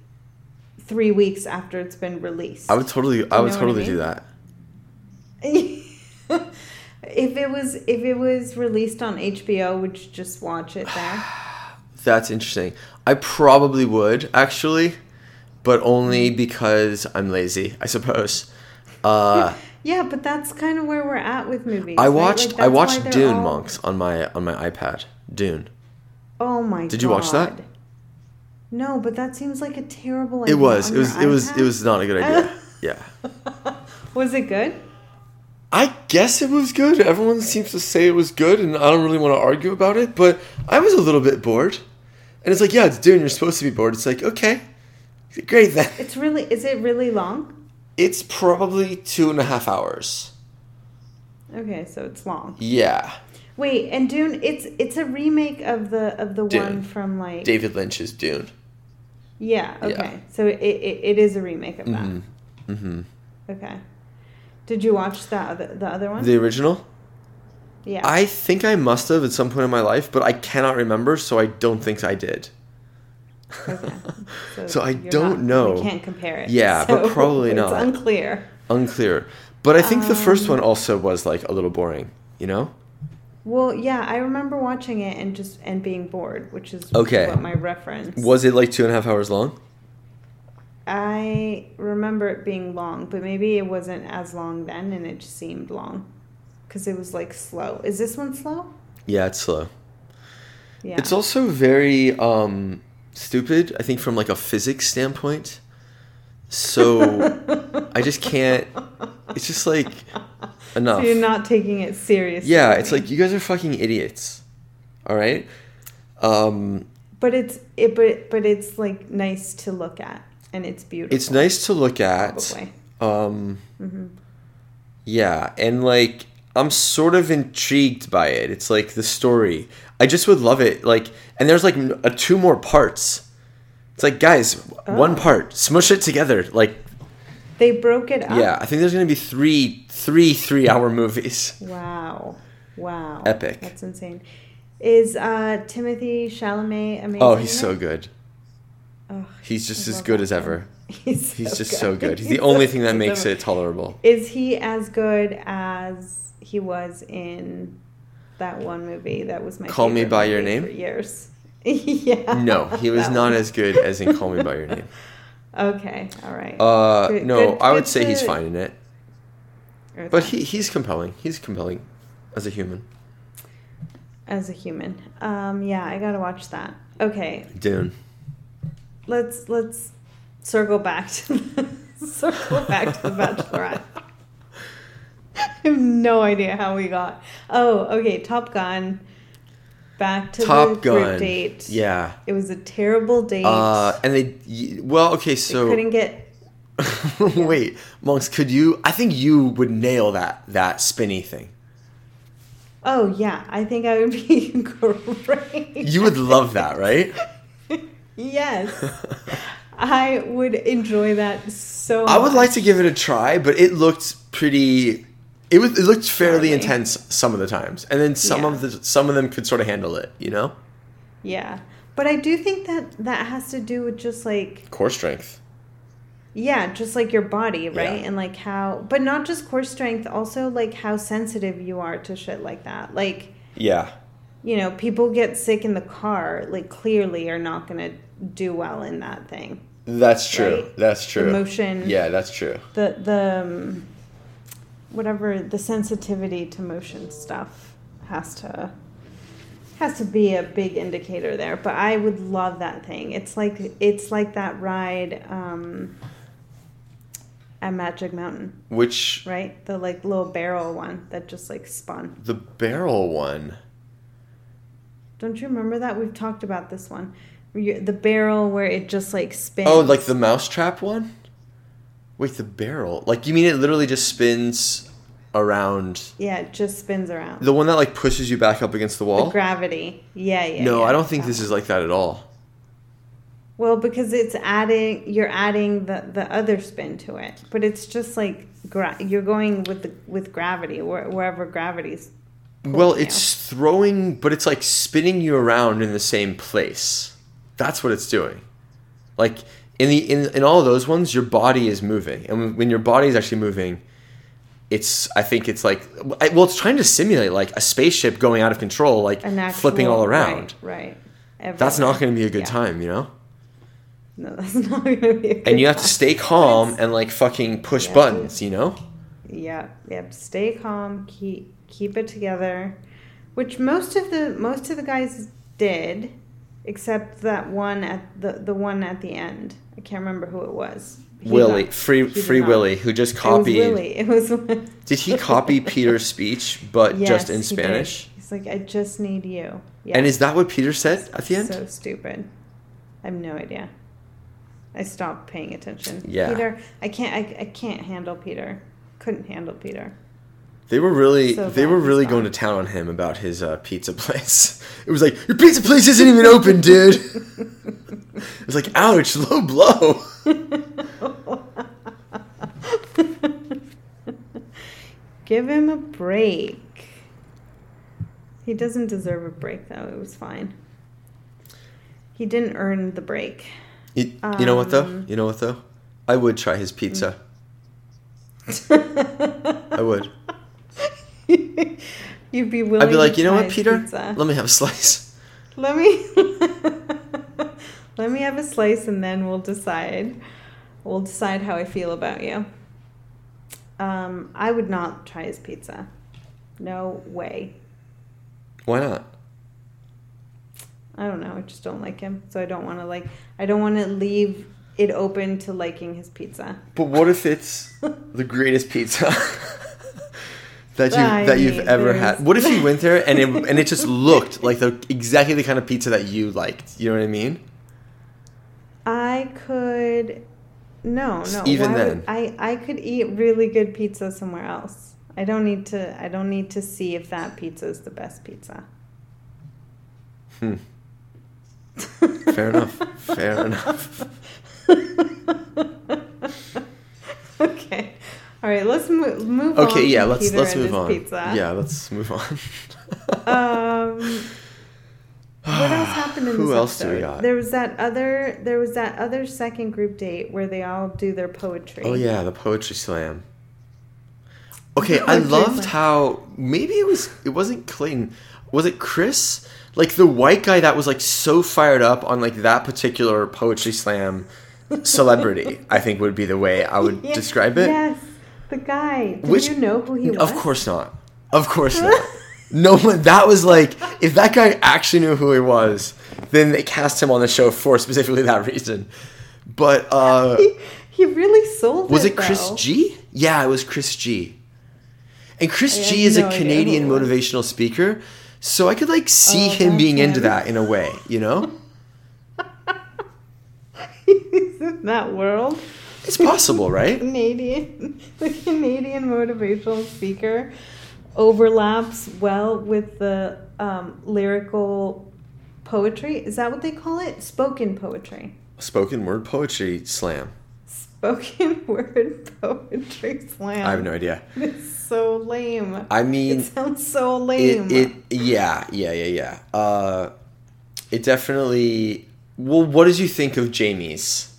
[SPEAKER 2] 3 weeks after it's been released.
[SPEAKER 1] I would totally, I
[SPEAKER 2] know
[SPEAKER 1] would
[SPEAKER 2] what I
[SPEAKER 1] totally do
[SPEAKER 2] mean?
[SPEAKER 1] that.
[SPEAKER 2] if it was if it was released on HBO, would you just watch it there?
[SPEAKER 1] That's interesting. I probably would actually, but only because I'm lazy, I suppose. Uh,
[SPEAKER 2] Yeah, but that's kind of where we're at with movies.
[SPEAKER 1] I
[SPEAKER 2] right?
[SPEAKER 1] watched
[SPEAKER 2] Like,
[SPEAKER 1] I
[SPEAKER 2] that's why
[SPEAKER 1] watched
[SPEAKER 2] they're
[SPEAKER 1] Dune
[SPEAKER 2] all-
[SPEAKER 1] monks on my on my iPad. Dune.
[SPEAKER 2] Oh my!
[SPEAKER 1] Did you watch that?
[SPEAKER 2] God. No, but that seems like a terrible.
[SPEAKER 1] It
[SPEAKER 2] idea
[SPEAKER 1] was
[SPEAKER 2] on
[SPEAKER 1] it was
[SPEAKER 2] your
[SPEAKER 1] it was
[SPEAKER 2] iPad.
[SPEAKER 1] it was not a good idea. yeah.
[SPEAKER 2] Was it good?
[SPEAKER 1] I guess it was good. Everyone seems to say it was good and I don't really want to argue about it, but I was a little bit bored. And it's like, yeah, it's Dune, you're supposed to be bored. It's like, okay. Great then.
[SPEAKER 2] It's really. Is it really long?
[SPEAKER 1] It's probably two and a half hours.
[SPEAKER 2] Okay, so it's long.
[SPEAKER 1] Yeah.
[SPEAKER 2] Wait, and Dune. It's it's a remake of the of the
[SPEAKER 1] Dune.
[SPEAKER 2] one from like.
[SPEAKER 1] David Lynch's Dune.
[SPEAKER 2] Yeah.
[SPEAKER 1] Yeah.
[SPEAKER 2] Okay. So it, it it is a remake of that.
[SPEAKER 1] hmm hmm
[SPEAKER 2] Okay. Did you watch that other, the other one?
[SPEAKER 1] The original?
[SPEAKER 2] yeah.
[SPEAKER 1] I think I must have at some point in my life, but I cannot remember, so I don't think I did.
[SPEAKER 2] Okay.
[SPEAKER 1] So I
[SPEAKER 2] you're
[SPEAKER 1] don't know.
[SPEAKER 2] We can't compare it.
[SPEAKER 1] Yeah, but
[SPEAKER 2] So
[SPEAKER 1] probably not.
[SPEAKER 2] It's unclear.
[SPEAKER 1] Unclear. But I think the first
[SPEAKER 2] Um,
[SPEAKER 1] one also was like a little boring, you know?
[SPEAKER 2] Well, yeah, I remember watching it and just and being bored, which is
[SPEAKER 1] Okay.
[SPEAKER 2] what my reference.
[SPEAKER 1] Was it like two and a half hours long?
[SPEAKER 2] I remember it being long, but maybe it wasn't as long then, and it just seemed long because it was like slow. Is this one slow?
[SPEAKER 1] Yeah, it's slow.
[SPEAKER 2] Yeah.
[SPEAKER 1] It's also very um, stupid, I think, from like a physics standpoint. So I just can't. It's just like
[SPEAKER 2] so
[SPEAKER 1] enough.
[SPEAKER 2] you're not taking it seriously.
[SPEAKER 1] yeah, it's like you guys are fucking idiots. All right? Um,
[SPEAKER 2] But it's it, but but it's like nice to look at, and it's beautiful.
[SPEAKER 1] it's nice to look at.
[SPEAKER 2] Probably.
[SPEAKER 1] Um,
[SPEAKER 2] Mm-hmm.
[SPEAKER 1] Yeah, and like I'm sort of intrigued by it. It's like the story. I just would love it. Like, and there's like n- a two more parts. It's like guys, one
[SPEAKER 2] Oh.
[SPEAKER 1] part, smush it together. Like,
[SPEAKER 2] They broke it up.
[SPEAKER 1] yeah, I think there's gonna be three, three, three-hour movies.
[SPEAKER 2] Wow. Wow.
[SPEAKER 1] Epic.
[SPEAKER 2] That's insane. Is uh, Timothy Chalamet amazing?
[SPEAKER 1] Oh, he's
[SPEAKER 2] in
[SPEAKER 1] so
[SPEAKER 2] it?
[SPEAKER 1] good.
[SPEAKER 2] Ugh,
[SPEAKER 1] He's just
[SPEAKER 2] I
[SPEAKER 1] as
[SPEAKER 2] love
[SPEAKER 1] good
[SPEAKER 2] that
[SPEAKER 1] as ever.
[SPEAKER 2] He's,
[SPEAKER 1] He's just so good. He's
[SPEAKER 2] He's
[SPEAKER 1] the only
[SPEAKER 2] so
[SPEAKER 1] thing that
[SPEAKER 2] good.
[SPEAKER 1] makes it tolerable.
[SPEAKER 2] Is he as good as he was in that one movie that was my
[SPEAKER 1] Call Me
[SPEAKER 2] favorite
[SPEAKER 1] by Your
[SPEAKER 2] movie
[SPEAKER 1] Name?
[SPEAKER 2] for years? yeah.
[SPEAKER 1] No, he was
[SPEAKER 2] that
[SPEAKER 1] not
[SPEAKER 2] one.
[SPEAKER 1] as good as in Call Me by Your Name.
[SPEAKER 2] Okay. All right.
[SPEAKER 1] Uh,
[SPEAKER 2] Good-
[SPEAKER 1] no,
[SPEAKER 2] good-
[SPEAKER 1] I would
[SPEAKER 2] good
[SPEAKER 1] say he's
[SPEAKER 2] to-
[SPEAKER 1] fine in it,
[SPEAKER 2] Or
[SPEAKER 1] but
[SPEAKER 2] that,
[SPEAKER 1] he he's compelling. He's compelling as a human.
[SPEAKER 2] as a human. Um. Yeah. I gotta watch that. Okay.
[SPEAKER 1] Dune.
[SPEAKER 2] Let's let's circle back to the, circle back to the Bachelorette. I have no idea how we got. Oh, okay. Top Gun. Back to the
[SPEAKER 1] Top
[SPEAKER 2] group
[SPEAKER 1] Gun.
[SPEAKER 2] date.
[SPEAKER 1] Yeah.
[SPEAKER 2] It was a terrible date.
[SPEAKER 1] Uh, and they y- well, okay,
[SPEAKER 2] They
[SPEAKER 1] so
[SPEAKER 2] couldn't get.
[SPEAKER 1] Wait, monks, could you? I think you would nail that that spinny thing.
[SPEAKER 2] Oh yeah, I think I would be great.
[SPEAKER 1] You would love that, right?
[SPEAKER 2] Yes. I would enjoy that so
[SPEAKER 1] I would
[SPEAKER 2] much.
[SPEAKER 1] like to give it a try, but it looked pretty. It was it looked fairly
[SPEAKER 2] Gnarly.
[SPEAKER 1] intense some of the times, and then some of the some of them could sort of handle it, you know.
[SPEAKER 2] Yeah. But I do think that that has to do with just like
[SPEAKER 1] Core strength.
[SPEAKER 2] yeah, just like your body, right?
[SPEAKER 1] Yeah.
[SPEAKER 2] And like how but not just core strength, also like how sensitive you are to shit like that. Like,
[SPEAKER 1] Yeah,
[SPEAKER 2] you know, people get sick in the car, like clearly are not going to do well in that thing.
[SPEAKER 1] that's true.
[SPEAKER 2] Right?
[SPEAKER 1] That's true.
[SPEAKER 2] motion.
[SPEAKER 1] Yeah, that's true.
[SPEAKER 2] The the um, whatever the sensitivity to motion stuff has to has to be a big indicator there. But I would love that thing. It's like it's like that ride um, at Magic Mountain,
[SPEAKER 1] Which
[SPEAKER 2] right? The like little barrel one that just like spun.
[SPEAKER 1] the barrel one?
[SPEAKER 2] Don't you remember that? We've talked about this one. Where you- The barrel where it just like spins.
[SPEAKER 1] Oh, like the mousetrap one? Wait, the barrel? Like you mean it literally just spins around
[SPEAKER 2] yeah, it just spins around.
[SPEAKER 1] the one that like pushes you back up against the
[SPEAKER 2] The
[SPEAKER 1] wall?
[SPEAKER 2] gravity. Yeah, yeah.
[SPEAKER 1] no,
[SPEAKER 2] yeah.
[SPEAKER 1] I don't think
[SPEAKER 2] That
[SPEAKER 1] this is like that at all.
[SPEAKER 2] Well, because it's adding, you're adding the, the other spin to it, but it's just like gra- you're going with the with gravity where, wherever gravity's.
[SPEAKER 1] well,
[SPEAKER 2] you.
[SPEAKER 1] it's throwing, but it's like spinning you around in the same place. That's what it's doing. Like in the in in all of those ones, your body is moving, and when- when your body is actually moving, it's I think it's like I- well, it's trying to simulate like a spaceship going out of control, like
[SPEAKER 2] An actual,
[SPEAKER 1] flipping all around.
[SPEAKER 2] Right. right
[SPEAKER 1] That's not going to be a good
[SPEAKER 2] Yeah.
[SPEAKER 1] time, you know.
[SPEAKER 2] No, that's not going to be. A good
[SPEAKER 1] and you have to stay calm and like fucking push
[SPEAKER 2] Yeah.
[SPEAKER 1] buttons, you know?
[SPEAKER 2] Yeah, yeah. Stay calm. Keep keep it together, which most of the most of the guys did, except that one at the the one at the end. I can't remember who it was. He
[SPEAKER 1] Willie,
[SPEAKER 2] got-
[SPEAKER 1] free
[SPEAKER 2] he did
[SPEAKER 1] free
[SPEAKER 2] not.
[SPEAKER 1] Willie, who just
[SPEAKER 2] It was
[SPEAKER 1] copied.
[SPEAKER 2] Willie. It was.
[SPEAKER 1] Did he copy Peter's speech but just in
[SPEAKER 2] Yes, he did.
[SPEAKER 1] Spanish?
[SPEAKER 2] He's like, I just need you. Yeah.
[SPEAKER 1] And is that what Peter said at the end?
[SPEAKER 2] So stupid. I have no idea. I stopped paying attention.
[SPEAKER 1] Yeah.
[SPEAKER 2] Peter, I can't. I, I can't handle Peter. Couldn't handle Peter.
[SPEAKER 1] they were really
[SPEAKER 2] So
[SPEAKER 1] they
[SPEAKER 2] bad
[SPEAKER 1] were
[SPEAKER 2] he's
[SPEAKER 1] really
[SPEAKER 2] gone.
[SPEAKER 1] going to town on him about his uh, pizza place. It was like, "Your pizza place isn't even open, dude." it was like, "Ouch, low blow."
[SPEAKER 2] Give him a break. He doesn't deserve a break though. It was fine. He didn't earn the break.
[SPEAKER 1] You, you know what though?
[SPEAKER 2] Um.
[SPEAKER 1] You know what though? I would try his pizza. I would.
[SPEAKER 2] You'd be willing.
[SPEAKER 1] I'd be like,
[SPEAKER 2] to
[SPEAKER 1] "You know
[SPEAKER 2] try
[SPEAKER 1] what,
[SPEAKER 2] his
[SPEAKER 1] Peter?
[SPEAKER 2] pizza.
[SPEAKER 1] Let me have a slice."
[SPEAKER 2] Let me let me have a slice and then we'll decide. We'll decide how I feel about you. Um, I would not try his pizza. No way.
[SPEAKER 1] Why not?
[SPEAKER 2] I don't know. I just don't like him, so I don't want to like. I don't want to leave it open to liking his pizza.
[SPEAKER 1] But what if it's the greatest pizza that you
[SPEAKER 2] I
[SPEAKER 1] that you've
[SPEAKER 2] mean,
[SPEAKER 1] ever
[SPEAKER 2] there's-
[SPEAKER 1] had? What if you went there and it and it just looked like the exactly the kind of pizza that you liked? You know what I mean?
[SPEAKER 2] I could. No,
[SPEAKER 1] S-
[SPEAKER 2] no.
[SPEAKER 1] even
[SPEAKER 2] why would-
[SPEAKER 1] then.
[SPEAKER 2] I I could eat really good pizza somewhere else. I don't need to. I don't need to see if that pizza is the best pizza.
[SPEAKER 1] Hmm. Fair enough. Fair enough.
[SPEAKER 2] okay. All right. Let's mo- move. on
[SPEAKER 1] Okay, yeah.
[SPEAKER 2] from
[SPEAKER 1] Let's
[SPEAKER 2] Peter
[SPEAKER 1] let's
[SPEAKER 2] and
[SPEAKER 1] move
[SPEAKER 2] his
[SPEAKER 1] on.
[SPEAKER 2] Pizza.
[SPEAKER 1] Yeah, let's move on.
[SPEAKER 2] Um. What else happened in
[SPEAKER 1] Who
[SPEAKER 2] this
[SPEAKER 1] else do we
[SPEAKER 2] episode?
[SPEAKER 1] got?
[SPEAKER 2] There was that other. There was that other second group date where they all do their poetry.
[SPEAKER 1] Oh yeah, the poetry slam. Okay, I
[SPEAKER 2] Poetry
[SPEAKER 1] loved
[SPEAKER 2] slam.
[SPEAKER 1] how maybe it was it wasn't Clayton. was it Chris? Like the white guy that was like so fired up on like that particular poetry slam celebrity, I think would be the way I would
[SPEAKER 2] Yeah,
[SPEAKER 1] describe it.
[SPEAKER 2] Yes, the guy. Did
[SPEAKER 1] Which-
[SPEAKER 2] you know who he was?
[SPEAKER 1] Of course not. Of course not. No one. That was like, if that guy actually knew who he was, then they cast him on the show for specifically that reason. But uh,
[SPEAKER 2] He, he really sold
[SPEAKER 1] was
[SPEAKER 2] it.
[SPEAKER 1] it Chris
[SPEAKER 2] though.
[SPEAKER 1] G? Yeah, it was Chris G. And Chris
[SPEAKER 2] I
[SPEAKER 1] G
[SPEAKER 2] have
[SPEAKER 1] is
[SPEAKER 2] no
[SPEAKER 1] a
[SPEAKER 2] idea who
[SPEAKER 1] Canadian
[SPEAKER 2] it was.
[SPEAKER 1] motivational speaker, so I could like see
[SPEAKER 2] Oh,
[SPEAKER 1] him being
[SPEAKER 2] that's
[SPEAKER 1] into
[SPEAKER 2] him.
[SPEAKER 1] that in a way, you know?
[SPEAKER 2] He's in that world.
[SPEAKER 1] It's possible, right?
[SPEAKER 2] Canadian, the Canadian motivational speaker overlaps well with the um, lyrical poetry. Is that what they call it? Spoken poetry.
[SPEAKER 1] Spoken word poetry slam.
[SPEAKER 2] Spoken word poetry slam.
[SPEAKER 1] I have no idea.
[SPEAKER 2] It's so lame.
[SPEAKER 1] I mean,
[SPEAKER 2] It sounds so lame.
[SPEAKER 1] it, it yeah yeah yeah yeah uh it definitely well what did you think of jamie's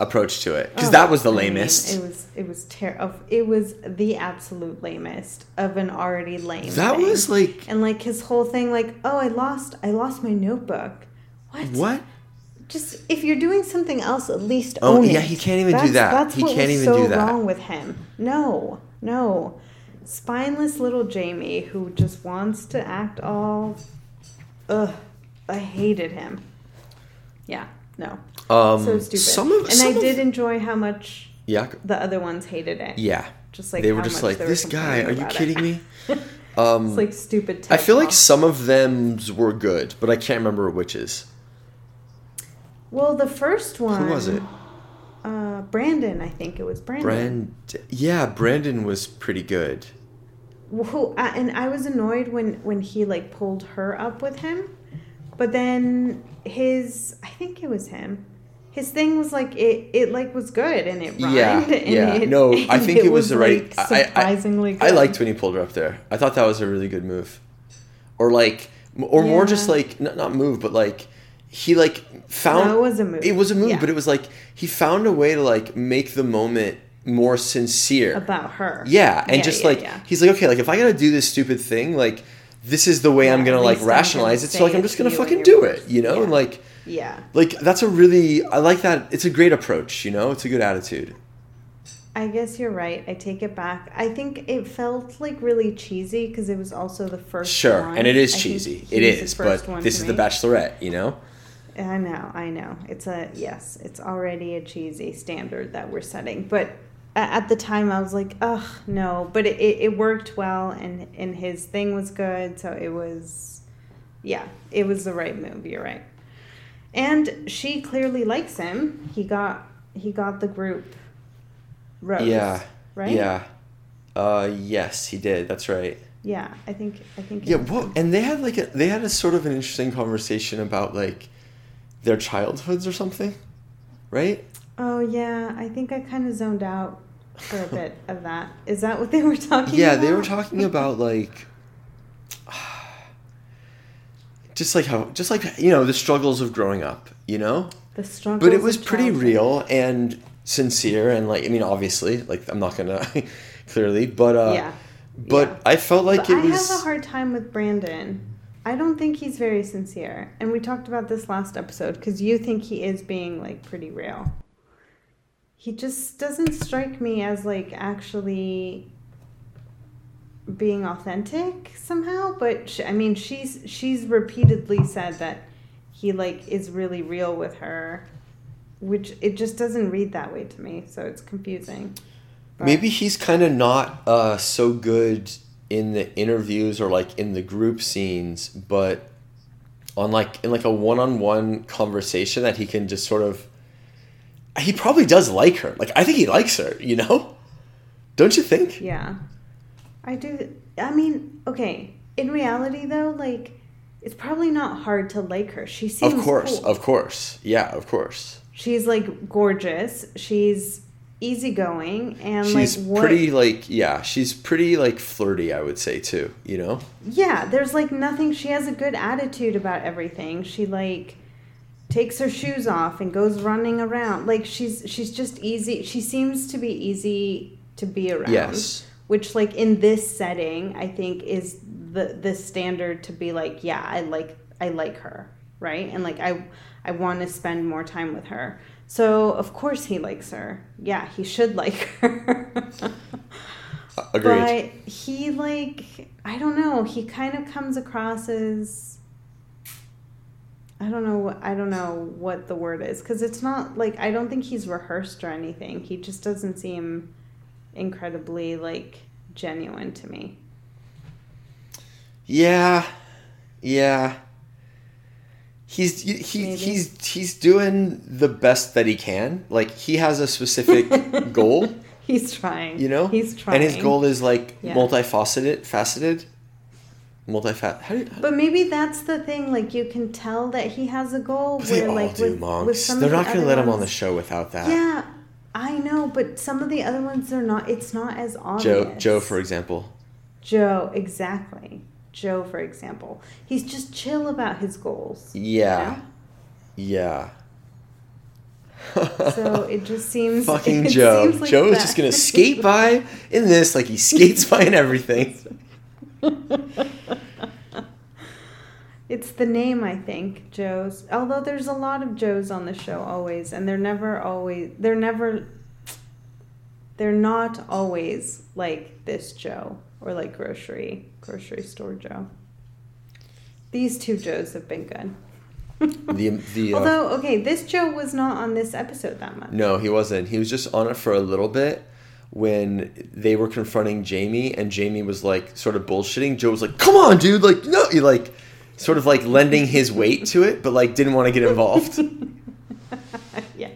[SPEAKER 1] approach to it because
[SPEAKER 2] Oh,
[SPEAKER 1] that was the
[SPEAKER 2] I mean,
[SPEAKER 1] lamest
[SPEAKER 2] it was it was ter- of it was the absolute lamest of an already lame.
[SPEAKER 1] that
[SPEAKER 2] thing.
[SPEAKER 1] was like
[SPEAKER 2] and like his whole thing, like oh, I lost I lost my notebook. What?
[SPEAKER 1] what
[SPEAKER 2] Just if you're doing something else, at least
[SPEAKER 1] Oh,
[SPEAKER 2] own
[SPEAKER 1] yeah,
[SPEAKER 2] it.
[SPEAKER 1] he can't even do that. He
[SPEAKER 2] what
[SPEAKER 1] can't
[SPEAKER 2] was
[SPEAKER 1] even do
[SPEAKER 2] so
[SPEAKER 1] that.
[SPEAKER 2] Wrong with him? No, no, spineless little Jamie who just wants to act all. Ugh, I hated him. Yeah, no,
[SPEAKER 1] um
[SPEAKER 2] so stupid.
[SPEAKER 1] some of
[SPEAKER 2] and
[SPEAKER 1] some
[SPEAKER 2] I
[SPEAKER 1] of-
[SPEAKER 2] did enjoy how much
[SPEAKER 1] yeah
[SPEAKER 2] the other ones hated it.
[SPEAKER 1] yeah
[SPEAKER 2] Just like
[SPEAKER 1] they were
[SPEAKER 2] how
[SPEAKER 1] just
[SPEAKER 2] much
[SPEAKER 1] like
[SPEAKER 2] they were
[SPEAKER 1] this guy are
[SPEAKER 2] complaining
[SPEAKER 1] you
[SPEAKER 2] about it."
[SPEAKER 1] kidding me
[SPEAKER 2] It's like stupid.
[SPEAKER 1] Um, i feel like
[SPEAKER 2] TED
[SPEAKER 1] some of them were good but i can't remember which is
[SPEAKER 2] talk. Well, the first one.
[SPEAKER 1] who was it
[SPEAKER 2] Uh, Brandon, I think it was Brandon.
[SPEAKER 1] brand yeah brandon was pretty good
[SPEAKER 2] who I, and I was annoyed when when he like pulled her up with him, but then his I think it was him. His thing was like it it like was good and it rhymed
[SPEAKER 1] Yeah,
[SPEAKER 2] and
[SPEAKER 1] yeah.
[SPEAKER 2] It,
[SPEAKER 1] No, I
[SPEAKER 2] and
[SPEAKER 1] think it was the right-
[SPEAKER 2] like,
[SPEAKER 1] I- I-
[SPEAKER 2] surprisingly
[SPEAKER 1] I
[SPEAKER 2] good.
[SPEAKER 1] liked when he pulled her up there. I thought that was a really good move, or like, m- or more just
[SPEAKER 2] Yeah.
[SPEAKER 1] like not, not move, but like he like found
[SPEAKER 2] No, it was a move.
[SPEAKER 1] It was a move,
[SPEAKER 2] Yeah.
[SPEAKER 1] but it was like he found a way to like make the moment more sincere.
[SPEAKER 2] about her.
[SPEAKER 1] yeah, and just
[SPEAKER 2] yeah,
[SPEAKER 1] like
[SPEAKER 2] yeah.
[SPEAKER 1] he's like, okay, like if I gotta do this stupid thing, like this is the way I'm
[SPEAKER 2] Yeah,
[SPEAKER 1] gonna
[SPEAKER 2] at
[SPEAKER 1] like
[SPEAKER 2] least I'm gonna
[SPEAKER 1] rationalize it. So
[SPEAKER 2] say
[SPEAKER 1] like I'm
[SPEAKER 2] it
[SPEAKER 1] just
[SPEAKER 2] to
[SPEAKER 1] gonna
[SPEAKER 2] you at
[SPEAKER 1] fucking
[SPEAKER 2] your
[SPEAKER 1] do it,
[SPEAKER 2] worst.
[SPEAKER 1] you know?
[SPEAKER 2] Yeah.
[SPEAKER 1] And like,
[SPEAKER 2] yeah.
[SPEAKER 1] like that's a really I like that. It's a great approach, you know. It's a good attitude.
[SPEAKER 2] I guess you're right. I take it back. I think it felt like really cheesy because it was also the first.
[SPEAKER 1] Sure,
[SPEAKER 2] one.
[SPEAKER 1] and it
[SPEAKER 2] I
[SPEAKER 1] is
[SPEAKER 2] think
[SPEAKER 1] cheesy.
[SPEAKER 2] he
[SPEAKER 1] It
[SPEAKER 2] was the
[SPEAKER 1] is,
[SPEAKER 2] first
[SPEAKER 1] but
[SPEAKER 2] one
[SPEAKER 1] this
[SPEAKER 2] to
[SPEAKER 1] is the
[SPEAKER 2] me.
[SPEAKER 1] Bachelorette, you know.
[SPEAKER 2] I know, I know. It's a yes. It's already a cheesy standard that we're setting, but a- at the time I was like, ugh, no. But it, it, it worked well, and and his thing was good, so it was, yeah, it was the right move. You're right. And she clearly likes him. He got he got the group. Rose,
[SPEAKER 1] Yeah.
[SPEAKER 2] Right.
[SPEAKER 1] Yeah. Uh, yes, he did. That's right.
[SPEAKER 2] Yeah. I think I think.
[SPEAKER 1] Yeah. What? And they had like a, they had a sort of an interesting conversation about like their childhoods or something, right?
[SPEAKER 2] Oh yeah, I think I kind of zoned out for a bit of that. Is that what they were talking?
[SPEAKER 1] Yeah,
[SPEAKER 2] about?
[SPEAKER 1] they were talking about like just like how just like you know the struggles of growing up, you know.
[SPEAKER 2] the struggles.
[SPEAKER 1] But it was
[SPEAKER 2] of
[SPEAKER 1] pretty
[SPEAKER 2] childhood.
[SPEAKER 1] real and sincere and like I mean obviously like I'm not gonna clearly, but uh,
[SPEAKER 2] yeah,
[SPEAKER 1] but
[SPEAKER 2] yeah.
[SPEAKER 1] I felt like
[SPEAKER 2] but
[SPEAKER 1] it
[SPEAKER 2] I
[SPEAKER 1] was
[SPEAKER 2] have a hard time with Brandon. I don't think he's very sincere, and we talked about this last episode because you think he is being like pretty real. He just doesn't strike me as like actually being authentic somehow. But sh I mean, she's she's repeatedly said that he like is really real with her, which it just doesn't read that way to me. So it's confusing. But-
[SPEAKER 1] Maybe he's kind of not uh, so good in the interviews or like in the group scenes, but on like in like a one-on-one conversation that he can just sort of. He probably does like her. Like I think he likes her. You know, don't you think?
[SPEAKER 2] Yeah. I do. I mean, okay. In reality, though, like, it's probably not hard to like her. She seems
[SPEAKER 1] of course,
[SPEAKER 2] cool.
[SPEAKER 1] of course, yeah, of course.
[SPEAKER 2] She's like gorgeous. She's easygoing and
[SPEAKER 1] she's
[SPEAKER 2] like what?
[SPEAKER 1] pretty like yeah, she's pretty like flirty. I would say too. You know.
[SPEAKER 2] Yeah, there's like nothing. She has a good attitude about everything. She like takes her shoes off and goes running around. Like she's she's just easy. She seems to be easy to be around.
[SPEAKER 1] Yes.
[SPEAKER 2] Which like in this setting, I think is the this standard to be like, yeah, I like I like her, right? And like I I want to spend more time with her. So of course he likes her. Yeah, he should like her.
[SPEAKER 1] Agreed.
[SPEAKER 2] But he like I don't know. He kind of comes across as I don't know. what- I don't know what the word is because it's not like I don't think he's rehearsed or anything. He just doesn't seem incredibly like genuine to me.
[SPEAKER 1] yeah, yeah. He's he, he
[SPEAKER 2] Maybe.
[SPEAKER 1] he's he's doing the best that he can. Like he has a specific goal,
[SPEAKER 2] He's trying.
[SPEAKER 1] you know.
[SPEAKER 2] He's trying.
[SPEAKER 1] And his goal is like
[SPEAKER 2] Yeah.
[SPEAKER 1] multifaceted, faceted, multifat. How do you,
[SPEAKER 2] But maybe that's the thing. Like you can tell that he has a goal.
[SPEAKER 1] But they
[SPEAKER 2] where,
[SPEAKER 1] all
[SPEAKER 2] like,
[SPEAKER 1] do,
[SPEAKER 2] with,
[SPEAKER 1] Monks.
[SPEAKER 2] With some
[SPEAKER 1] They're
[SPEAKER 2] of the
[SPEAKER 1] not going to
[SPEAKER 2] other
[SPEAKER 1] let him on
[SPEAKER 2] ones-
[SPEAKER 1] the show without that.
[SPEAKER 2] Yeah, I know, but some of the other ones are not. It's not as obvious.
[SPEAKER 1] Joe, Joe, for example.
[SPEAKER 2] Joe, exactly. Joe, for example, he's just chill about his goals.
[SPEAKER 1] Yeah, yeah.
[SPEAKER 2] So it just seems
[SPEAKER 1] Fucking
[SPEAKER 2] it
[SPEAKER 1] Joe.
[SPEAKER 2] seems like
[SPEAKER 1] Joe is
[SPEAKER 2] that.
[SPEAKER 1] just gonna skate by in this, like he skates by in everything.
[SPEAKER 2] It's the name, I think, Joe's. Although there's a lot of Joes on the show always, and they're never always. They're never. They're not always like this Joe or like grocery grocery store Joe. These two Joes have been good.
[SPEAKER 1] The the uh,
[SPEAKER 2] Although, okay, this Joe was not on this episode that much.
[SPEAKER 1] no, he wasn't. He was just on it for a little bit when they were confronting Jamie, and Jamie was like sort of bullshitting. Joe was like, "Come on, dude! Like no, he like sort of like lending his weight to it, but like didn't want to get involved."
[SPEAKER 2] yeah.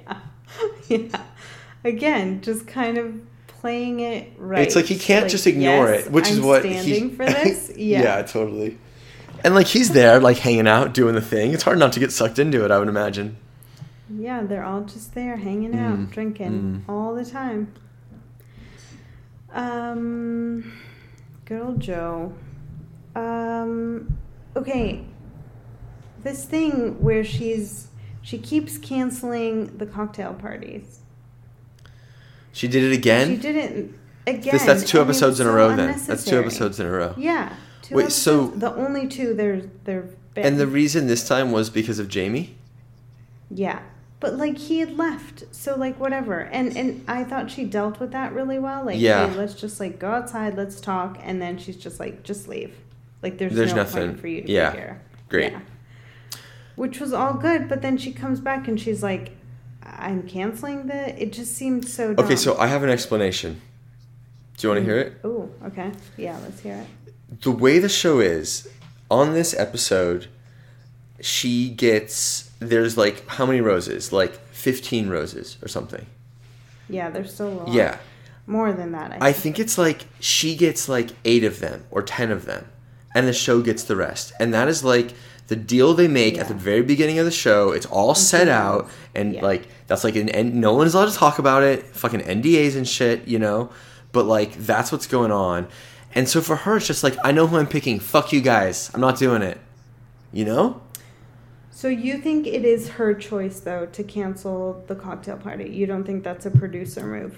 [SPEAKER 2] Yeah. Again, just kind of playing it right.
[SPEAKER 1] It's like he can't
[SPEAKER 2] Like,
[SPEAKER 1] just ignore
[SPEAKER 2] yes,
[SPEAKER 1] it, which is
[SPEAKER 2] I'm
[SPEAKER 1] what
[SPEAKER 2] standing
[SPEAKER 1] he,
[SPEAKER 2] for this. Yeah.
[SPEAKER 1] yeah, totally. And like he's there, like hanging out, doing the thing. It's hard not to get sucked into it. I would imagine.
[SPEAKER 2] Yeah, they're all just there hanging out,
[SPEAKER 1] Mm,
[SPEAKER 2] drinking all the time. Um, good old Joe. Um, okay. This thing where she's she keeps canceling the cocktail parties.
[SPEAKER 1] She did it again.
[SPEAKER 2] she didn't again.
[SPEAKER 1] this that's two
[SPEAKER 2] and it was
[SPEAKER 1] episodes in a
[SPEAKER 2] so
[SPEAKER 1] row. Then that's two
[SPEAKER 2] unnecessary.
[SPEAKER 1] episodes in a row.
[SPEAKER 2] Yeah. Two
[SPEAKER 1] Wait, so-
[SPEAKER 2] episodes. the only two they're they're been.
[SPEAKER 1] And the reason this time was because of Jamie.
[SPEAKER 2] Yeah. But like he had left, so like whatever. And and I thought she dealt with that really well. Like,
[SPEAKER 1] Yeah.
[SPEAKER 2] hey, let's just like go outside, let's talk, and then she's just like, just leave. Like there's,
[SPEAKER 1] There's
[SPEAKER 2] no
[SPEAKER 1] nothing.
[SPEAKER 2] point for you to
[SPEAKER 1] Yeah.
[SPEAKER 2] be here.
[SPEAKER 1] Great.
[SPEAKER 2] Yeah. Which was all good, but then she comes back and she's like, I'm canceling the it just seemed so dumb.
[SPEAKER 1] Okay, so I have an explanation. Do you want to hear it?
[SPEAKER 2] Oh, okay. Yeah, let's hear it.
[SPEAKER 1] the way the show is on this episode she gets there's like how many roses like 15 roses or something
[SPEAKER 2] Yeah, there's still a lot.
[SPEAKER 1] yeah
[SPEAKER 2] More than that, I
[SPEAKER 1] i think it's like she gets like eight of them or ten of them and the show gets the rest and that is like the deal they make at the
[SPEAKER 2] Yeah.
[SPEAKER 1] very beginning of the show it's all set
[SPEAKER 2] she
[SPEAKER 1] out
[SPEAKER 2] knows.
[SPEAKER 1] and
[SPEAKER 2] Yeah.
[SPEAKER 1] like that's like an end no one's allowed to talk about it fucking ndas and shit you know but like that's what's going on and so for her it's just like i know who i'm picking fuck you guys i'm not doing it you know
[SPEAKER 2] So you think it is her choice though to cancel the cocktail party? You don't think that's a producer move?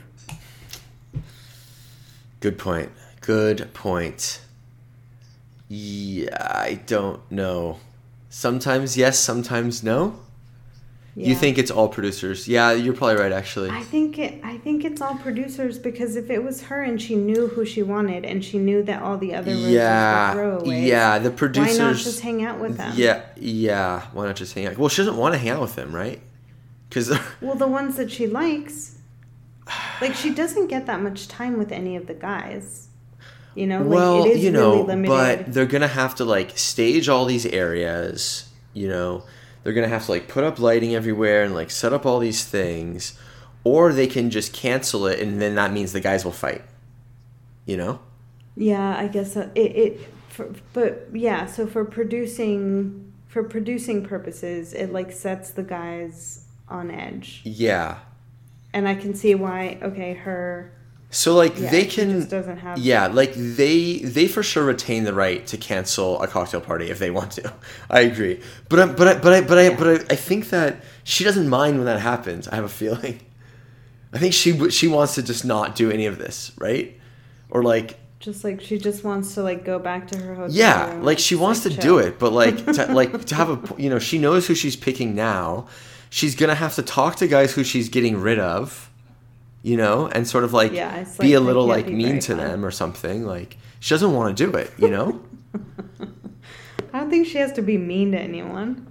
[SPEAKER 1] good point good point yeah i don't know sometimes yes sometimes no you
[SPEAKER 2] Yeah.
[SPEAKER 1] think it's all producers yeah you're probably right actually
[SPEAKER 2] I think it. I think it's all producers because if it was her and she knew who she wanted and she knew that all the other roses
[SPEAKER 1] yeah
[SPEAKER 2] were throwaways,
[SPEAKER 1] yeah the
[SPEAKER 2] why
[SPEAKER 1] producers
[SPEAKER 2] not just hang out with them?
[SPEAKER 1] Yeah, yeah. Why not just hang out? Well, she doesn't want to hang out with him, right? Because
[SPEAKER 2] Well, the ones that she likes, like she doesn't get that much time with any of the guys. You know,
[SPEAKER 1] well,
[SPEAKER 2] like it is
[SPEAKER 1] you know,
[SPEAKER 2] really limited.
[SPEAKER 1] but they're gonna have to like stage all these areas. You know, they're gonna have to like put up lighting everywhere and like set up all these things, or they can just cancel it, and then that means the guys will fight. You know?
[SPEAKER 2] Yeah, I guess that- it. it for, but yeah, so for producing for producing purposes, it like sets the guys on edge,
[SPEAKER 1] Yeah.
[SPEAKER 2] and I can see why. Okay, her.
[SPEAKER 1] So like
[SPEAKER 2] Yeah,
[SPEAKER 1] they
[SPEAKER 2] she
[SPEAKER 1] can.
[SPEAKER 2] just doesn't have.
[SPEAKER 1] Yeah, like they they for sure retain the right to cancel a cocktail party if they want to. I agree, but I, but I, but I, but I, but I, I think that she doesn't mind when that happens. I have a feeling. I think she w- she wants to just not do any of this, right? Or like
[SPEAKER 2] Just like she just wants to like go back to her hotel.
[SPEAKER 1] Yeah,
[SPEAKER 2] room,
[SPEAKER 1] like she
[SPEAKER 2] just,
[SPEAKER 1] wants
[SPEAKER 2] like,
[SPEAKER 1] to
[SPEAKER 2] chill.
[SPEAKER 1] do it, but like to, like to have a you know she knows who she's picking now. She's gonna have to talk to guys who she's getting rid of, you know, and sort of like
[SPEAKER 2] Yeah, it's
[SPEAKER 1] be
[SPEAKER 2] like,
[SPEAKER 1] a
[SPEAKER 2] I
[SPEAKER 1] little
[SPEAKER 2] can't
[SPEAKER 1] like
[SPEAKER 2] be
[SPEAKER 1] mean
[SPEAKER 2] very
[SPEAKER 1] to
[SPEAKER 2] fun.
[SPEAKER 1] them or something. Like she doesn't want to do it, you know.
[SPEAKER 2] I don't think she has to be mean to anyone.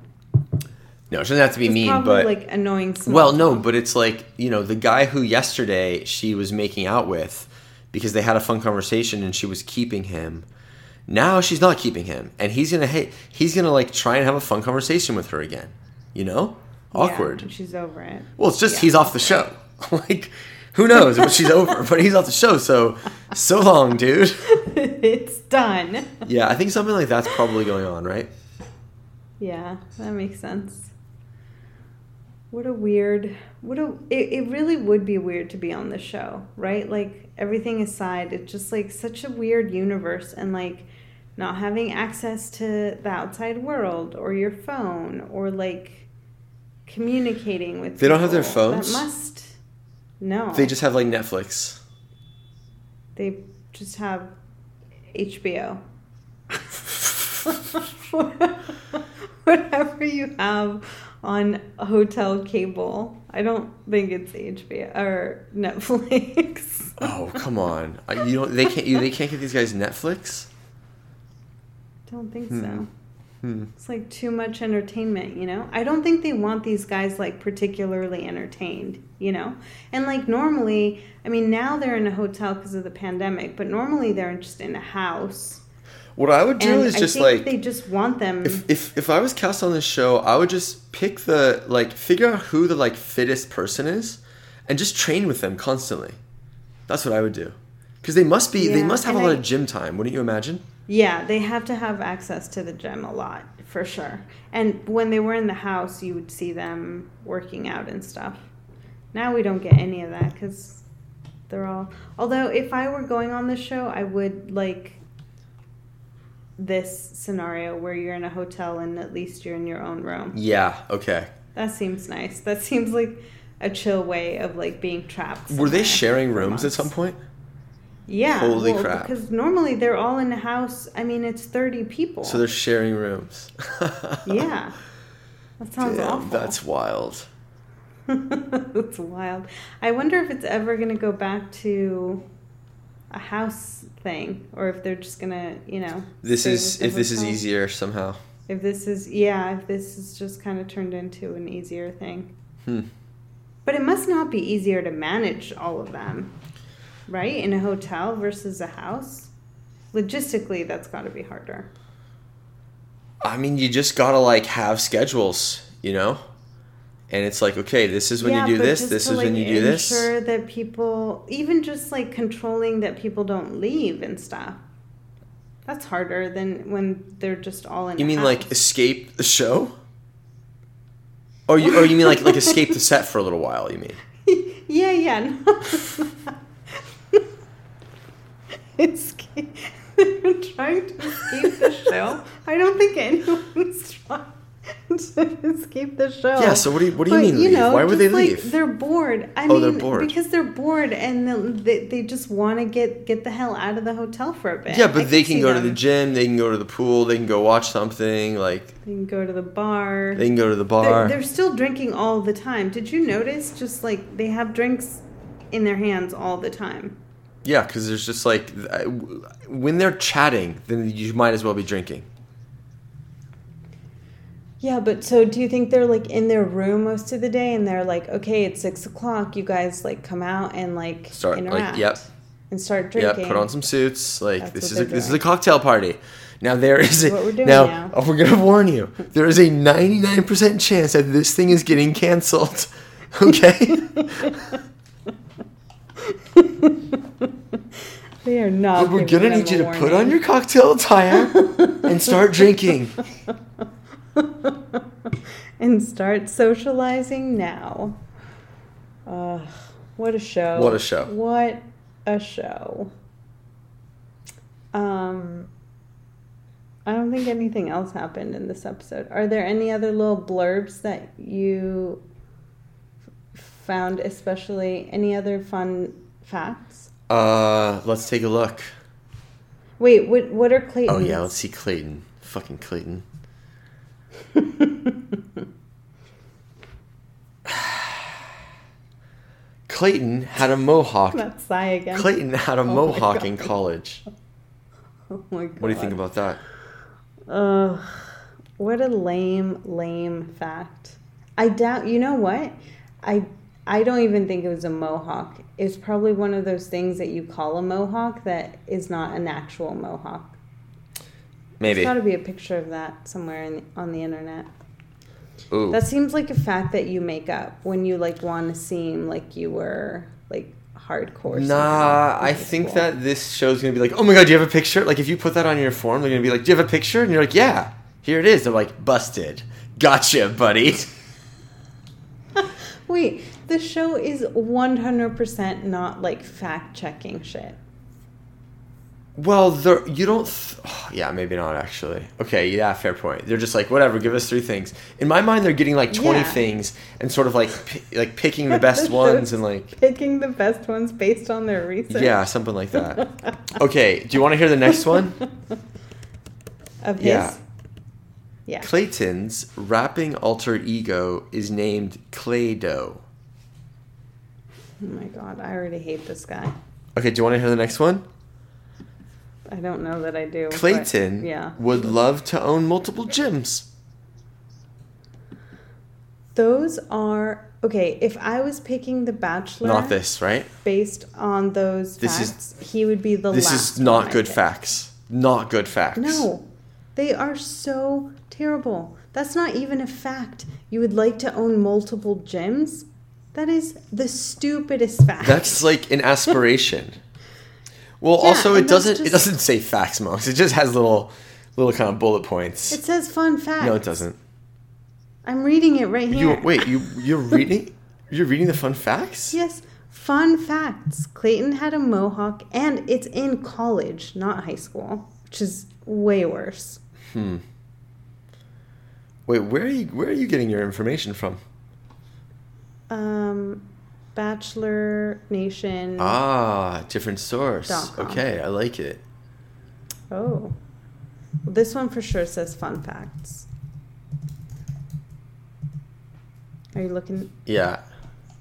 [SPEAKER 1] no, she doesn't have to be
[SPEAKER 2] It's
[SPEAKER 1] mean,
[SPEAKER 2] probably
[SPEAKER 1] but
[SPEAKER 2] like annoying. Small
[SPEAKER 1] well, no,
[SPEAKER 2] talk.
[SPEAKER 1] but it's like you know the guy who yesterday she was making out with because they had a fun conversation and she was keeping him. Now she's not keeping him, and he's gonna hate. He's gonna like try and have a fun conversation with her again. You know,
[SPEAKER 2] Yeah,
[SPEAKER 1] awkward.
[SPEAKER 2] she's over it.
[SPEAKER 1] Well, it's just
[SPEAKER 2] Yeah.
[SPEAKER 1] he's off the show. like, who knows what she's over? But he's off the show, so so long, dude.
[SPEAKER 2] it's done.
[SPEAKER 1] Yeah, I think something like that's probably going on, right?
[SPEAKER 2] Yeah, that makes sense. What a weird, what a, it, it really would be weird to be on this show, right? Like everything aside, it's just like such a weird universe and like not having access to the outside world or your phone or like communicating with
[SPEAKER 1] They don't have their
[SPEAKER 2] people.
[SPEAKER 1] phones?
[SPEAKER 2] That must, no.
[SPEAKER 1] They just have like Netflix.
[SPEAKER 2] they just have HBO. Whatever you have on hotel cable. I don't think it's HBO or Netflix.
[SPEAKER 1] Oh come on! Uh, You don't. They can't. You, they can't get these guys Netflix.
[SPEAKER 2] Don't think so.
[SPEAKER 1] Hmm.
[SPEAKER 2] It's like too much entertainment, you know? I don't think they want these guys like particularly entertained, you know? And like normally, I mean, now they're in a hotel because of the pandemic, but normally they're just in a house.
[SPEAKER 1] What I would do
[SPEAKER 2] And
[SPEAKER 1] is
[SPEAKER 2] I
[SPEAKER 1] just
[SPEAKER 2] think
[SPEAKER 1] like
[SPEAKER 2] they just want them.
[SPEAKER 1] if, if if I was cast on this show, I would just pick the like figure out who the like fittest person is, and just train with them constantly. That's what I would do, because they must be they
[SPEAKER 2] Yeah,
[SPEAKER 1] must have a
[SPEAKER 2] and
[SPEAKER 1] lot
[SPEAKER 2] I-
[SPEAKER 1] of gym time, wouldn't you imagine?
[SPEAKER 2] Yeah, they have to have access to the gym a lot for sure. And when they were in the house, you would see them working out and stuff. Now we don't get any of that because they're all. Although, if I were going on this show, I would like this scenario where you're in a hotel and at least you're in your own room.
[SPEAKER 1] Yeah. Okay.
[SPEAKER 2] That seems nice. That seems like a chill way of like being trapped.
[SPEAKER 1] Were they
[SPEAKER 2] somewhere
[SPEAKER 1] sharing
[SPEAKER 2] for
[SPEAKER 1] rooms at
[SPEAKER 2] months.
[SPEAKER 1] some point?
[SPEAKER 2] Yeah.
[SPEAKER 1] Holy crap.
[SPEAKER 2] Because normally they're all in the house. I mean, it's 30 people.
[SPEAKER 1] So they're sharing rooms.
[SPEAKER 2] Yeah. That sounds
[SPEAKER 1] Damn,
[SPEAKER 2] awful.
[SPEAKER 1] That's wild.
[SPEAKER 2] that's wild. I wonder if it's ever going to go back to a house thing or if they're just going to, you know.
[SPEAKER 1] This
[SPEAKER 2] stay with
[SPEAKER 1] is
[SPEAKER 2] the
[SPEAKER 1] if this is
[SPEAKER 2] hotel.
[SPEAKER 1] easier somehow.
[SPEAKER 2] If this is, yeah, if this is just kind of turned into an easier thing.
[SPEAKER 1] Hmm.
[SPEAKER 2] But it must not be easier to manage all of them, right? In a hotel versus a house. Logistically, that's got to be harder.
[SPEAKER 1] I mean, you just gotta like have schedules, you know. And it's like, okay, this is when
[SPEAKER 2] Yeah,
[SPEAKER 1] you do
[SPEAKER 2] but
[SPEAKER 1] this.
[SPEAKER 2] just
[SPEAKER 1] This
[SPEAKER 2] to,
[SPEAKER 1] is when you
[SPEAKER 2] like,
[SPEAKER 1] do this.
[SPEAKER 2] Ensure that people, even just like controlling that people don't leave and stuff. That's harder than when they're just all in.
[SPEAKER 1] You
[SPEAKER 2] a
[SPEAKER 1] mean
[SPEAKER 2] house.
[SPEAKER 1] like escape the show? Or you, or you mean like like escape the set for a little while? You mean?
[SPEAKER 2] yeah, yeah. No. escape. They're trying to escape the show. I don't think anyone's trying to escape the show.
[SPEAKER 1] Yeah. So what do you what do you
[SPEAKER 2] But,
[SPEAKER 1] mean leave? Why would
[SPEAKER 2] just,
[SPEAKER 1] they
[SPEAKER 2] like,
[SPEAKER 1] leave?
[SPEAKER 2] they're bored. I
[SPEAKER 1] Oh,
[SPEAKER 2] mean,
[SPEAKER 1] they're bored.
[SPEAKER 2] because they're bored and they- they, they just want to get get the hell out of the hotel for a bit.
[SPEAKER 1] yeah,
[SPEAKER 2] I
[SPEAKER 1] but they can
[SPEAKER 2] see
[SPEAKER 1] go to
[SPEAKER 2] them.
[SPEAKER 1] the gym. They can go to the pool. They can go watch something. Like
[SPEAKER 2] They can go to the bar.
[SPEAKER 1] they can go to the bar.
[SPEAKER 2] They're, they're still drinking all the time. Did you notice? Just like they have drinks in their hands all the time.
[SPEAKER 1] yeah, because there's just like th- I- w- when they're chatting, then you might as well be drinking.
[SPEAKER 2] Yeah, but so do you think they're like in their room most of the day and they're like, okay, it's six o'clock, you guys like come out and like
[SPEAKER 1] Start, like,
[SPEAKER 2] interact
[SPEAKER 1] yep.
[SPEAKER 2] and start
[SPEAKER 1] Yeah,
[SPEAKER 2] drinking.
[SPEAKER 1] put on some suits. Like
[SPEAKER 2] That's
[SPEAKER 1] this
[SPEAKER 2] what
[SPEAKER 1] is a,
[SPEAKER 2] they're
[SPEAKER 1] this is a
[SPEAKER 2] doing.
[SPEAKER 1] cocktail party. Now there is a,
[SPEAKER 2] What we're doing
[SPEAKER 1] now,
[SPEAKER 2] now.
[SPEAKER 1] Oh, we're gonna warn you. There is a ninety nine percent chance that this thing is getting canceled. Okay.
[SPEAKER 2] They are not.
[SPEAKER 1] We're gonna
[SPEAKER 2] giving them
[SPEAKER 1] need you
[SPEAKER 2] a
[SPEAKER 1] to put on
[SPEAKER 2] warning.
[SPEAKER 1] your cocktail attire and start drinking.
[SPEAKER 2] and start socializing now. Ugh, what a show.
[SPEAKER 1] What a show.
[SPEAKER 2] What a show. Um I don't think anything else happened in this episode. Are there any other little blurbs that you f- found especially any other fun facts?
[SPEAKER 1] Uh, let's take a look.
[SPEAKER 2] Wait, what what are Clayton?
[SPEAKER 1] Oh yeah, let's see Clayton. Fucking Clayton. Clayton had a mohawk.
[SPEAKER 2] That's Sai again.
[SPEAKER 1] Clayton had a
[SPEAKER 2] Oh my
[SPEAKER 1] mohawk
[SPEAKER 2] God.
[SPEAKER 1] in college.
[SPEAKER 2] Oh my god.
[SPEAKER 1] What do you think about that?
[SPEAKER 2] Ugh, what a lame, lame fact. I doubt. You know what? I I don't even think it was a mohawk. It's probably one of those things that you call a mohawk that is not an actual mohawk.
[SPEAKER 1] Maybe.
[SPEAKER 2] There's got to be a picture of that somewhere in, on the internet.
[SPEAKER 1] Ooh.
[SPEAKER 2] That seems like a fact that you make up when you like want to seem like you were like hardcore. somehow
[SPEAKER 1] Nah,
[SPEAKER 2] in
[SPEAKER 1] I
[SPEAKER 2] high
[SPEAKER 1] think
[SPEAKER 2] school.
[SPEAKER 1] that this show's gonna be like, oh my god, do you have a picture? Like, if you put that on your form, they're gonna be like, do you have a picture? And you're like, yeah, here it is. They're like, busted. Gotcha, buddy.
[SPEAKER 2] Wait, the show is 100% not like fact checking shit.
[SPEAKER 1] Well, they're, you don't. Th- yeah, maybe not actually. Okay, yeah, fair point. They're just like, whatever, give us three things. In my mind, they're getting like 20
[SPEAKER 2] Yeah.
[SPEAKER 1] things and sort of like, pi- like picking the best ones and like,
[SPEAKER 2] Picking the best ones based on their research.
[SPEAKER 1] yeah, something like that. Okay, do you want to hear the next one?
[SPEAKER 2] Of his?
[SPEAKER 1] Yeah.
[SPEAKER 2] Yeah. Yeah.
[SPEAKER 1] Clayton's rapping alter ego is named Claydo.
[SPEAKER 2] Oh my god, I already hate this guy.
[SPEAKER 1] Okay, do you want to hear the next one?
[SPEAKER 2] I don't know that I do. but-
[SPEAKER 1] Clayton
[SPEAKER 2] yeah.
[SPEAKER 1] would love to own multiple gyms.
[SPEAKER 2] Those are. Okay, if I was picking The Bachelor
[SPEAKER 1] Not this, right?
[SPEAKER 2] based on those
[SPEAKER 1] This is-
[SPEAKER 2] facts, he would be the
[SPEAKER 1] This
[SPEAKER 2] last.
[SPEAKER 1] is not
[SPEAKER 2] one I
[SPEAKER 1] good
[SPEAKER 2] pick.
[SPEAKER 1] facts. Not good facts.
[SPEAKER 2] No, they are so terrible. That's not even a fact. You would like to own multiple gyms? That is the stupidest fact.
[SPEAKER 1] That's like an aspiration. Well,
[SPEAKER 2] Yeah,
[SPEAKER 1] also it
[SPEAKER 2] and that's
[SPEAKER 1] doesn't it
[SPEAKER 2] just-
[SPEAKER 1] doesn't say facts, monks. It just has little little kind of bullet points.
[SPEAKER 2] it says fun fact.
[SPEAKER 1] no, it doesn't.
[SPEAKER 2] I'm reading it right
[SPEAKER 1] You
[SPEAKER 2] here.
[SPEAKER 1] wait, you you're reading you're reading the fun facts?
[SPEAKER 2] Yes, fun facts. Clayton had a mohawk, and it's in college, not high school, which is way worse.
[SPEAKER 1] Wait, where are you where are you getting your information from?
[SPEAKER 2] Um, Bachelor Nation.
[SPEAKER 1] Ah, different source.
[SPEAKER 2] Dot com.
[SPEAKER 1] Okay, I like it.
[SPEAKER 2] Oh. Well, this one for sure says fun facts. Are you looking?
[SPEAKER 1] Yeah.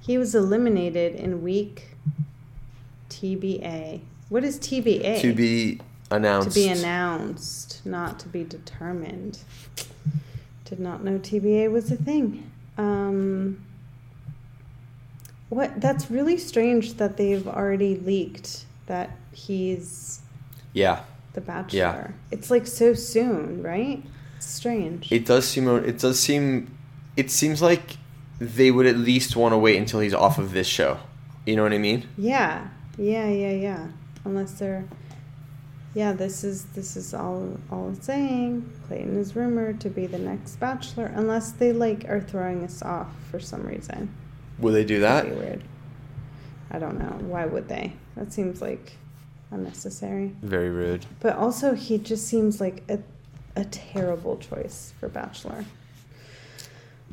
[SPEAKER 2] He was eliminated in week TBA. What is TBA?
[SPEAKER 1] To be
[SPEAKER 2] To
[SPEAKER 1] announced.
[SPEAKER 2] be announced, not to be determined. Did not know TBA was a thing. Um, what? That's really strange that they've already leaked that he's
[SPEAKER 1] Yeah.
[SPEAKER 2] the Bachelor. It's like so soon, right? It's strange.
[SPEAKER 1] It does seem. It does seem. It seems like they would at least want to wait until he's off of this show. You know what I mean?
[SPEAKER 2] yeah, yeah, yeah, yeah. Unless they're, yeah, this is this is all all it's saying. Clayton is rumored to be the next Bachelor, unless they like are throwing us off for some reason.
[SPEAKER 1] Will they do that?
[SPEAKER 2] That'd be weird. I don't know. Why would they? That seems like unnecessary.
[SPEAKER 1] Very rude.
[SPEAKER 2] But also, he just seems like a, a terrible choice for Bachelor.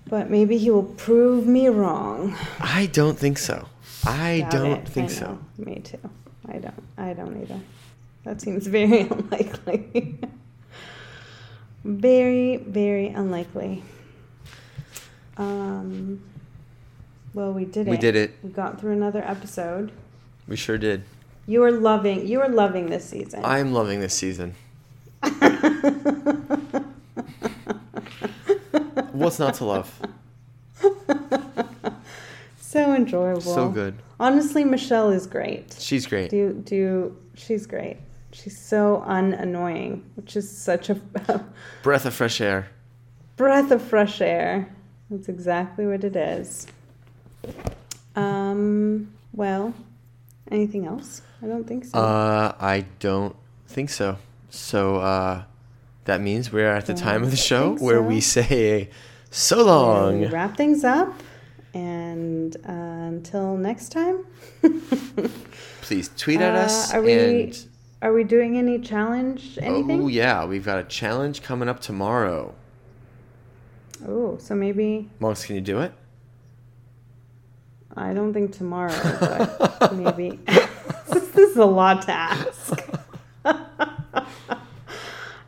[SPEAKER 2] But maybe he will prove me wrong.
[SPEAKER 1] I don't think so. I
[SPEAKER 2] Doubt
[SPEAKER 1] don't
[SPEAKER 2] it.
[SPEAKER 1] think
[SPEAKER 2] I
[SPEAKER 1] so.
[SPEAKER 2] know. Me too. I don't. I don't either. That seems very unlikely. very, very unlikely. Um. Well, we did it.
[SPEAKER 1] We did it.
[SPEAKER 2] We got through another episode.
[SPEAKER 1] We sure did.
[SPEAKER 2] You are loving. You are loving this season.
[SPEAKER 1] I'm loving this season. What's not to love?
[SPEAKER 2] so enjoyable.
[SPEAKER 1] So good.
[SPEAKER 2] Honestly, Michelle is great.
[SPEAKER 1] She's great.
[SPEAKER 2] Do do she's great. She's so unannoying, which is such a
[SPEAKER 1] Breath of fresh air.
[SPEAKER 2] breath of fresh air. That's exactly what it is. Um. Well, anything else? I don't think so.
[SPEAKER 1] Uh, I don't think so. So uh, that means we're at the
[SPEAKER 2] Don't
[SPEAKER 1] time of the show
[SPEAKER 2] think
[SPEAKER 1] where
[SPEAKER 2] so.
[SPEAKER 1] we say so
[SPEAKER 2] We
[SPEAKER 1] long.
[SPEAKER 2] wrap things up, and uh, until next time.
[SPEAKER 1] Please tweet at
[SPEAKER 2] Uh,
[SPEAKER 1] us
[SPEAKER 2] are we-
[SPEAKER 1] and.
[SPEAKER 2] Are we doing any challenge? Anything?
[SPEAKER 1] Oh yeah, we've got a challenge coming up tomorrow.
[SPEAKER 2] Oh, so maybe
[SPEAKER 1] Monks, can you do it?
[SPEAKER 2] I don't think tomorrow, but maybe this is a lot to ask.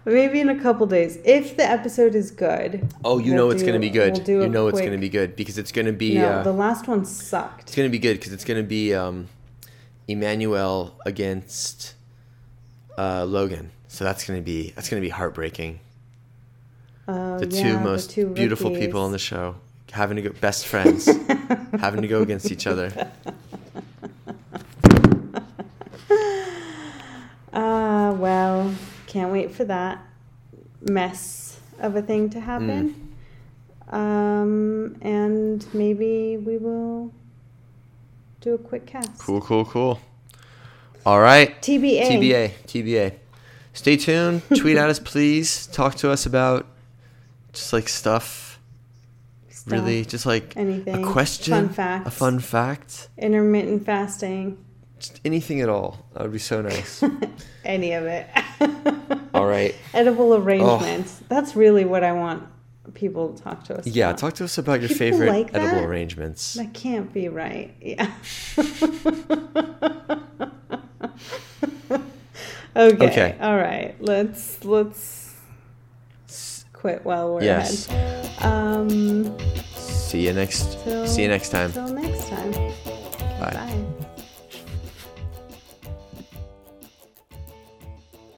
[SPEAKER 2] Maybe in a couple days, if the episode is good.
[SPEAKER 1] Oh, you
[SPEAKER 2] we'll
[SPEAKER 1] know it's
[SPEAKER 2] do-
[SPEAKER 1] going to be good.
[SPEAKER 2] we'll do
[SPEAKER 1] you
[SPEAKER 2] a
[SPEAKER 1] know it's
[SPEAKER 2] quick-
[SPEAKER 1] going to be good because it's going to be
[SPEAKER 2] No,
[SPEAKER 1] uh,
[SPEAKER 2] the last one
[SPEAKER 1] it's
[SPEAKER 2] sucked.
[SPEAKER 1] going to be good because it's going to be um, Emmanuel against uh, Logan. So that's going to be that's going to be heartbreaking.
[SPEAKER 2] Uh,
[SPEAKER 1] The
[SPEAKER 2] yeah,
[SPEAKER 1] two most
[SPEAKER 2] two
[SPEAKER 1] beautiful
[SPEAKER 2] rookies.
[SPEAKER 1] people on the show having to go best friends having to go against each other.
[SPEAKER 2] Ah, well, can't wait for that mess of a thing
[SPEAKER 1] Hmm.
[SPEAKER 2] to happen. Um, and maybe we will do a quick cast.
[SPEAKER 1] Cool, cool, cool. All right.
[SPEAKER 2] TBA.
[SPEAKER 1] TBA, TBA. Stay tuned. Tweet at us, please. Talk to us about just like stuff,
[SPEAKER 2] Stuff,
[SPEAKER 1] really, just like
[SPEAKER 2] anything.
[SPEAKER 1] a question,
[SPEAKER 2] Fun facts.
[SPEAKER 1] a fun fact,
[SPEAKER 2] Intermittent fasting.
[SPEAKER 1] just anything at all. That would be so nice.
[SPEAKER 2] Any of it.
[SPEAKER 1] all right.
[SPEAKER 2] Edible arrangements. That's really what I want people to talk to us
[SPEAKER 1] Yeah,
[SPEAKER 2] about.
[SPEAKER 1] talk to us about your
[SPEAKER 2] People
[SPEAKER 1] favorite
[SPEAKER 2] like that?
[SPEAKER 1] edible arrangements.
[SPEAKER 2] That can't be right. Yeah. okay.
[SPEAKER 1] Okay.
[SPEAKER 2] All right. Let's let's quit while we're
[SPEAKER 1] Yes.
[SPEAKER 2] ahead. Um
[SPEAKER 1] See you next.
[SPEAKER 2] till
[SPEAKER 1] See you next time.
[SPEAKER 2] Till next time.
[SPEAKER 1] Bye.
[SPEAKER 2] Bye.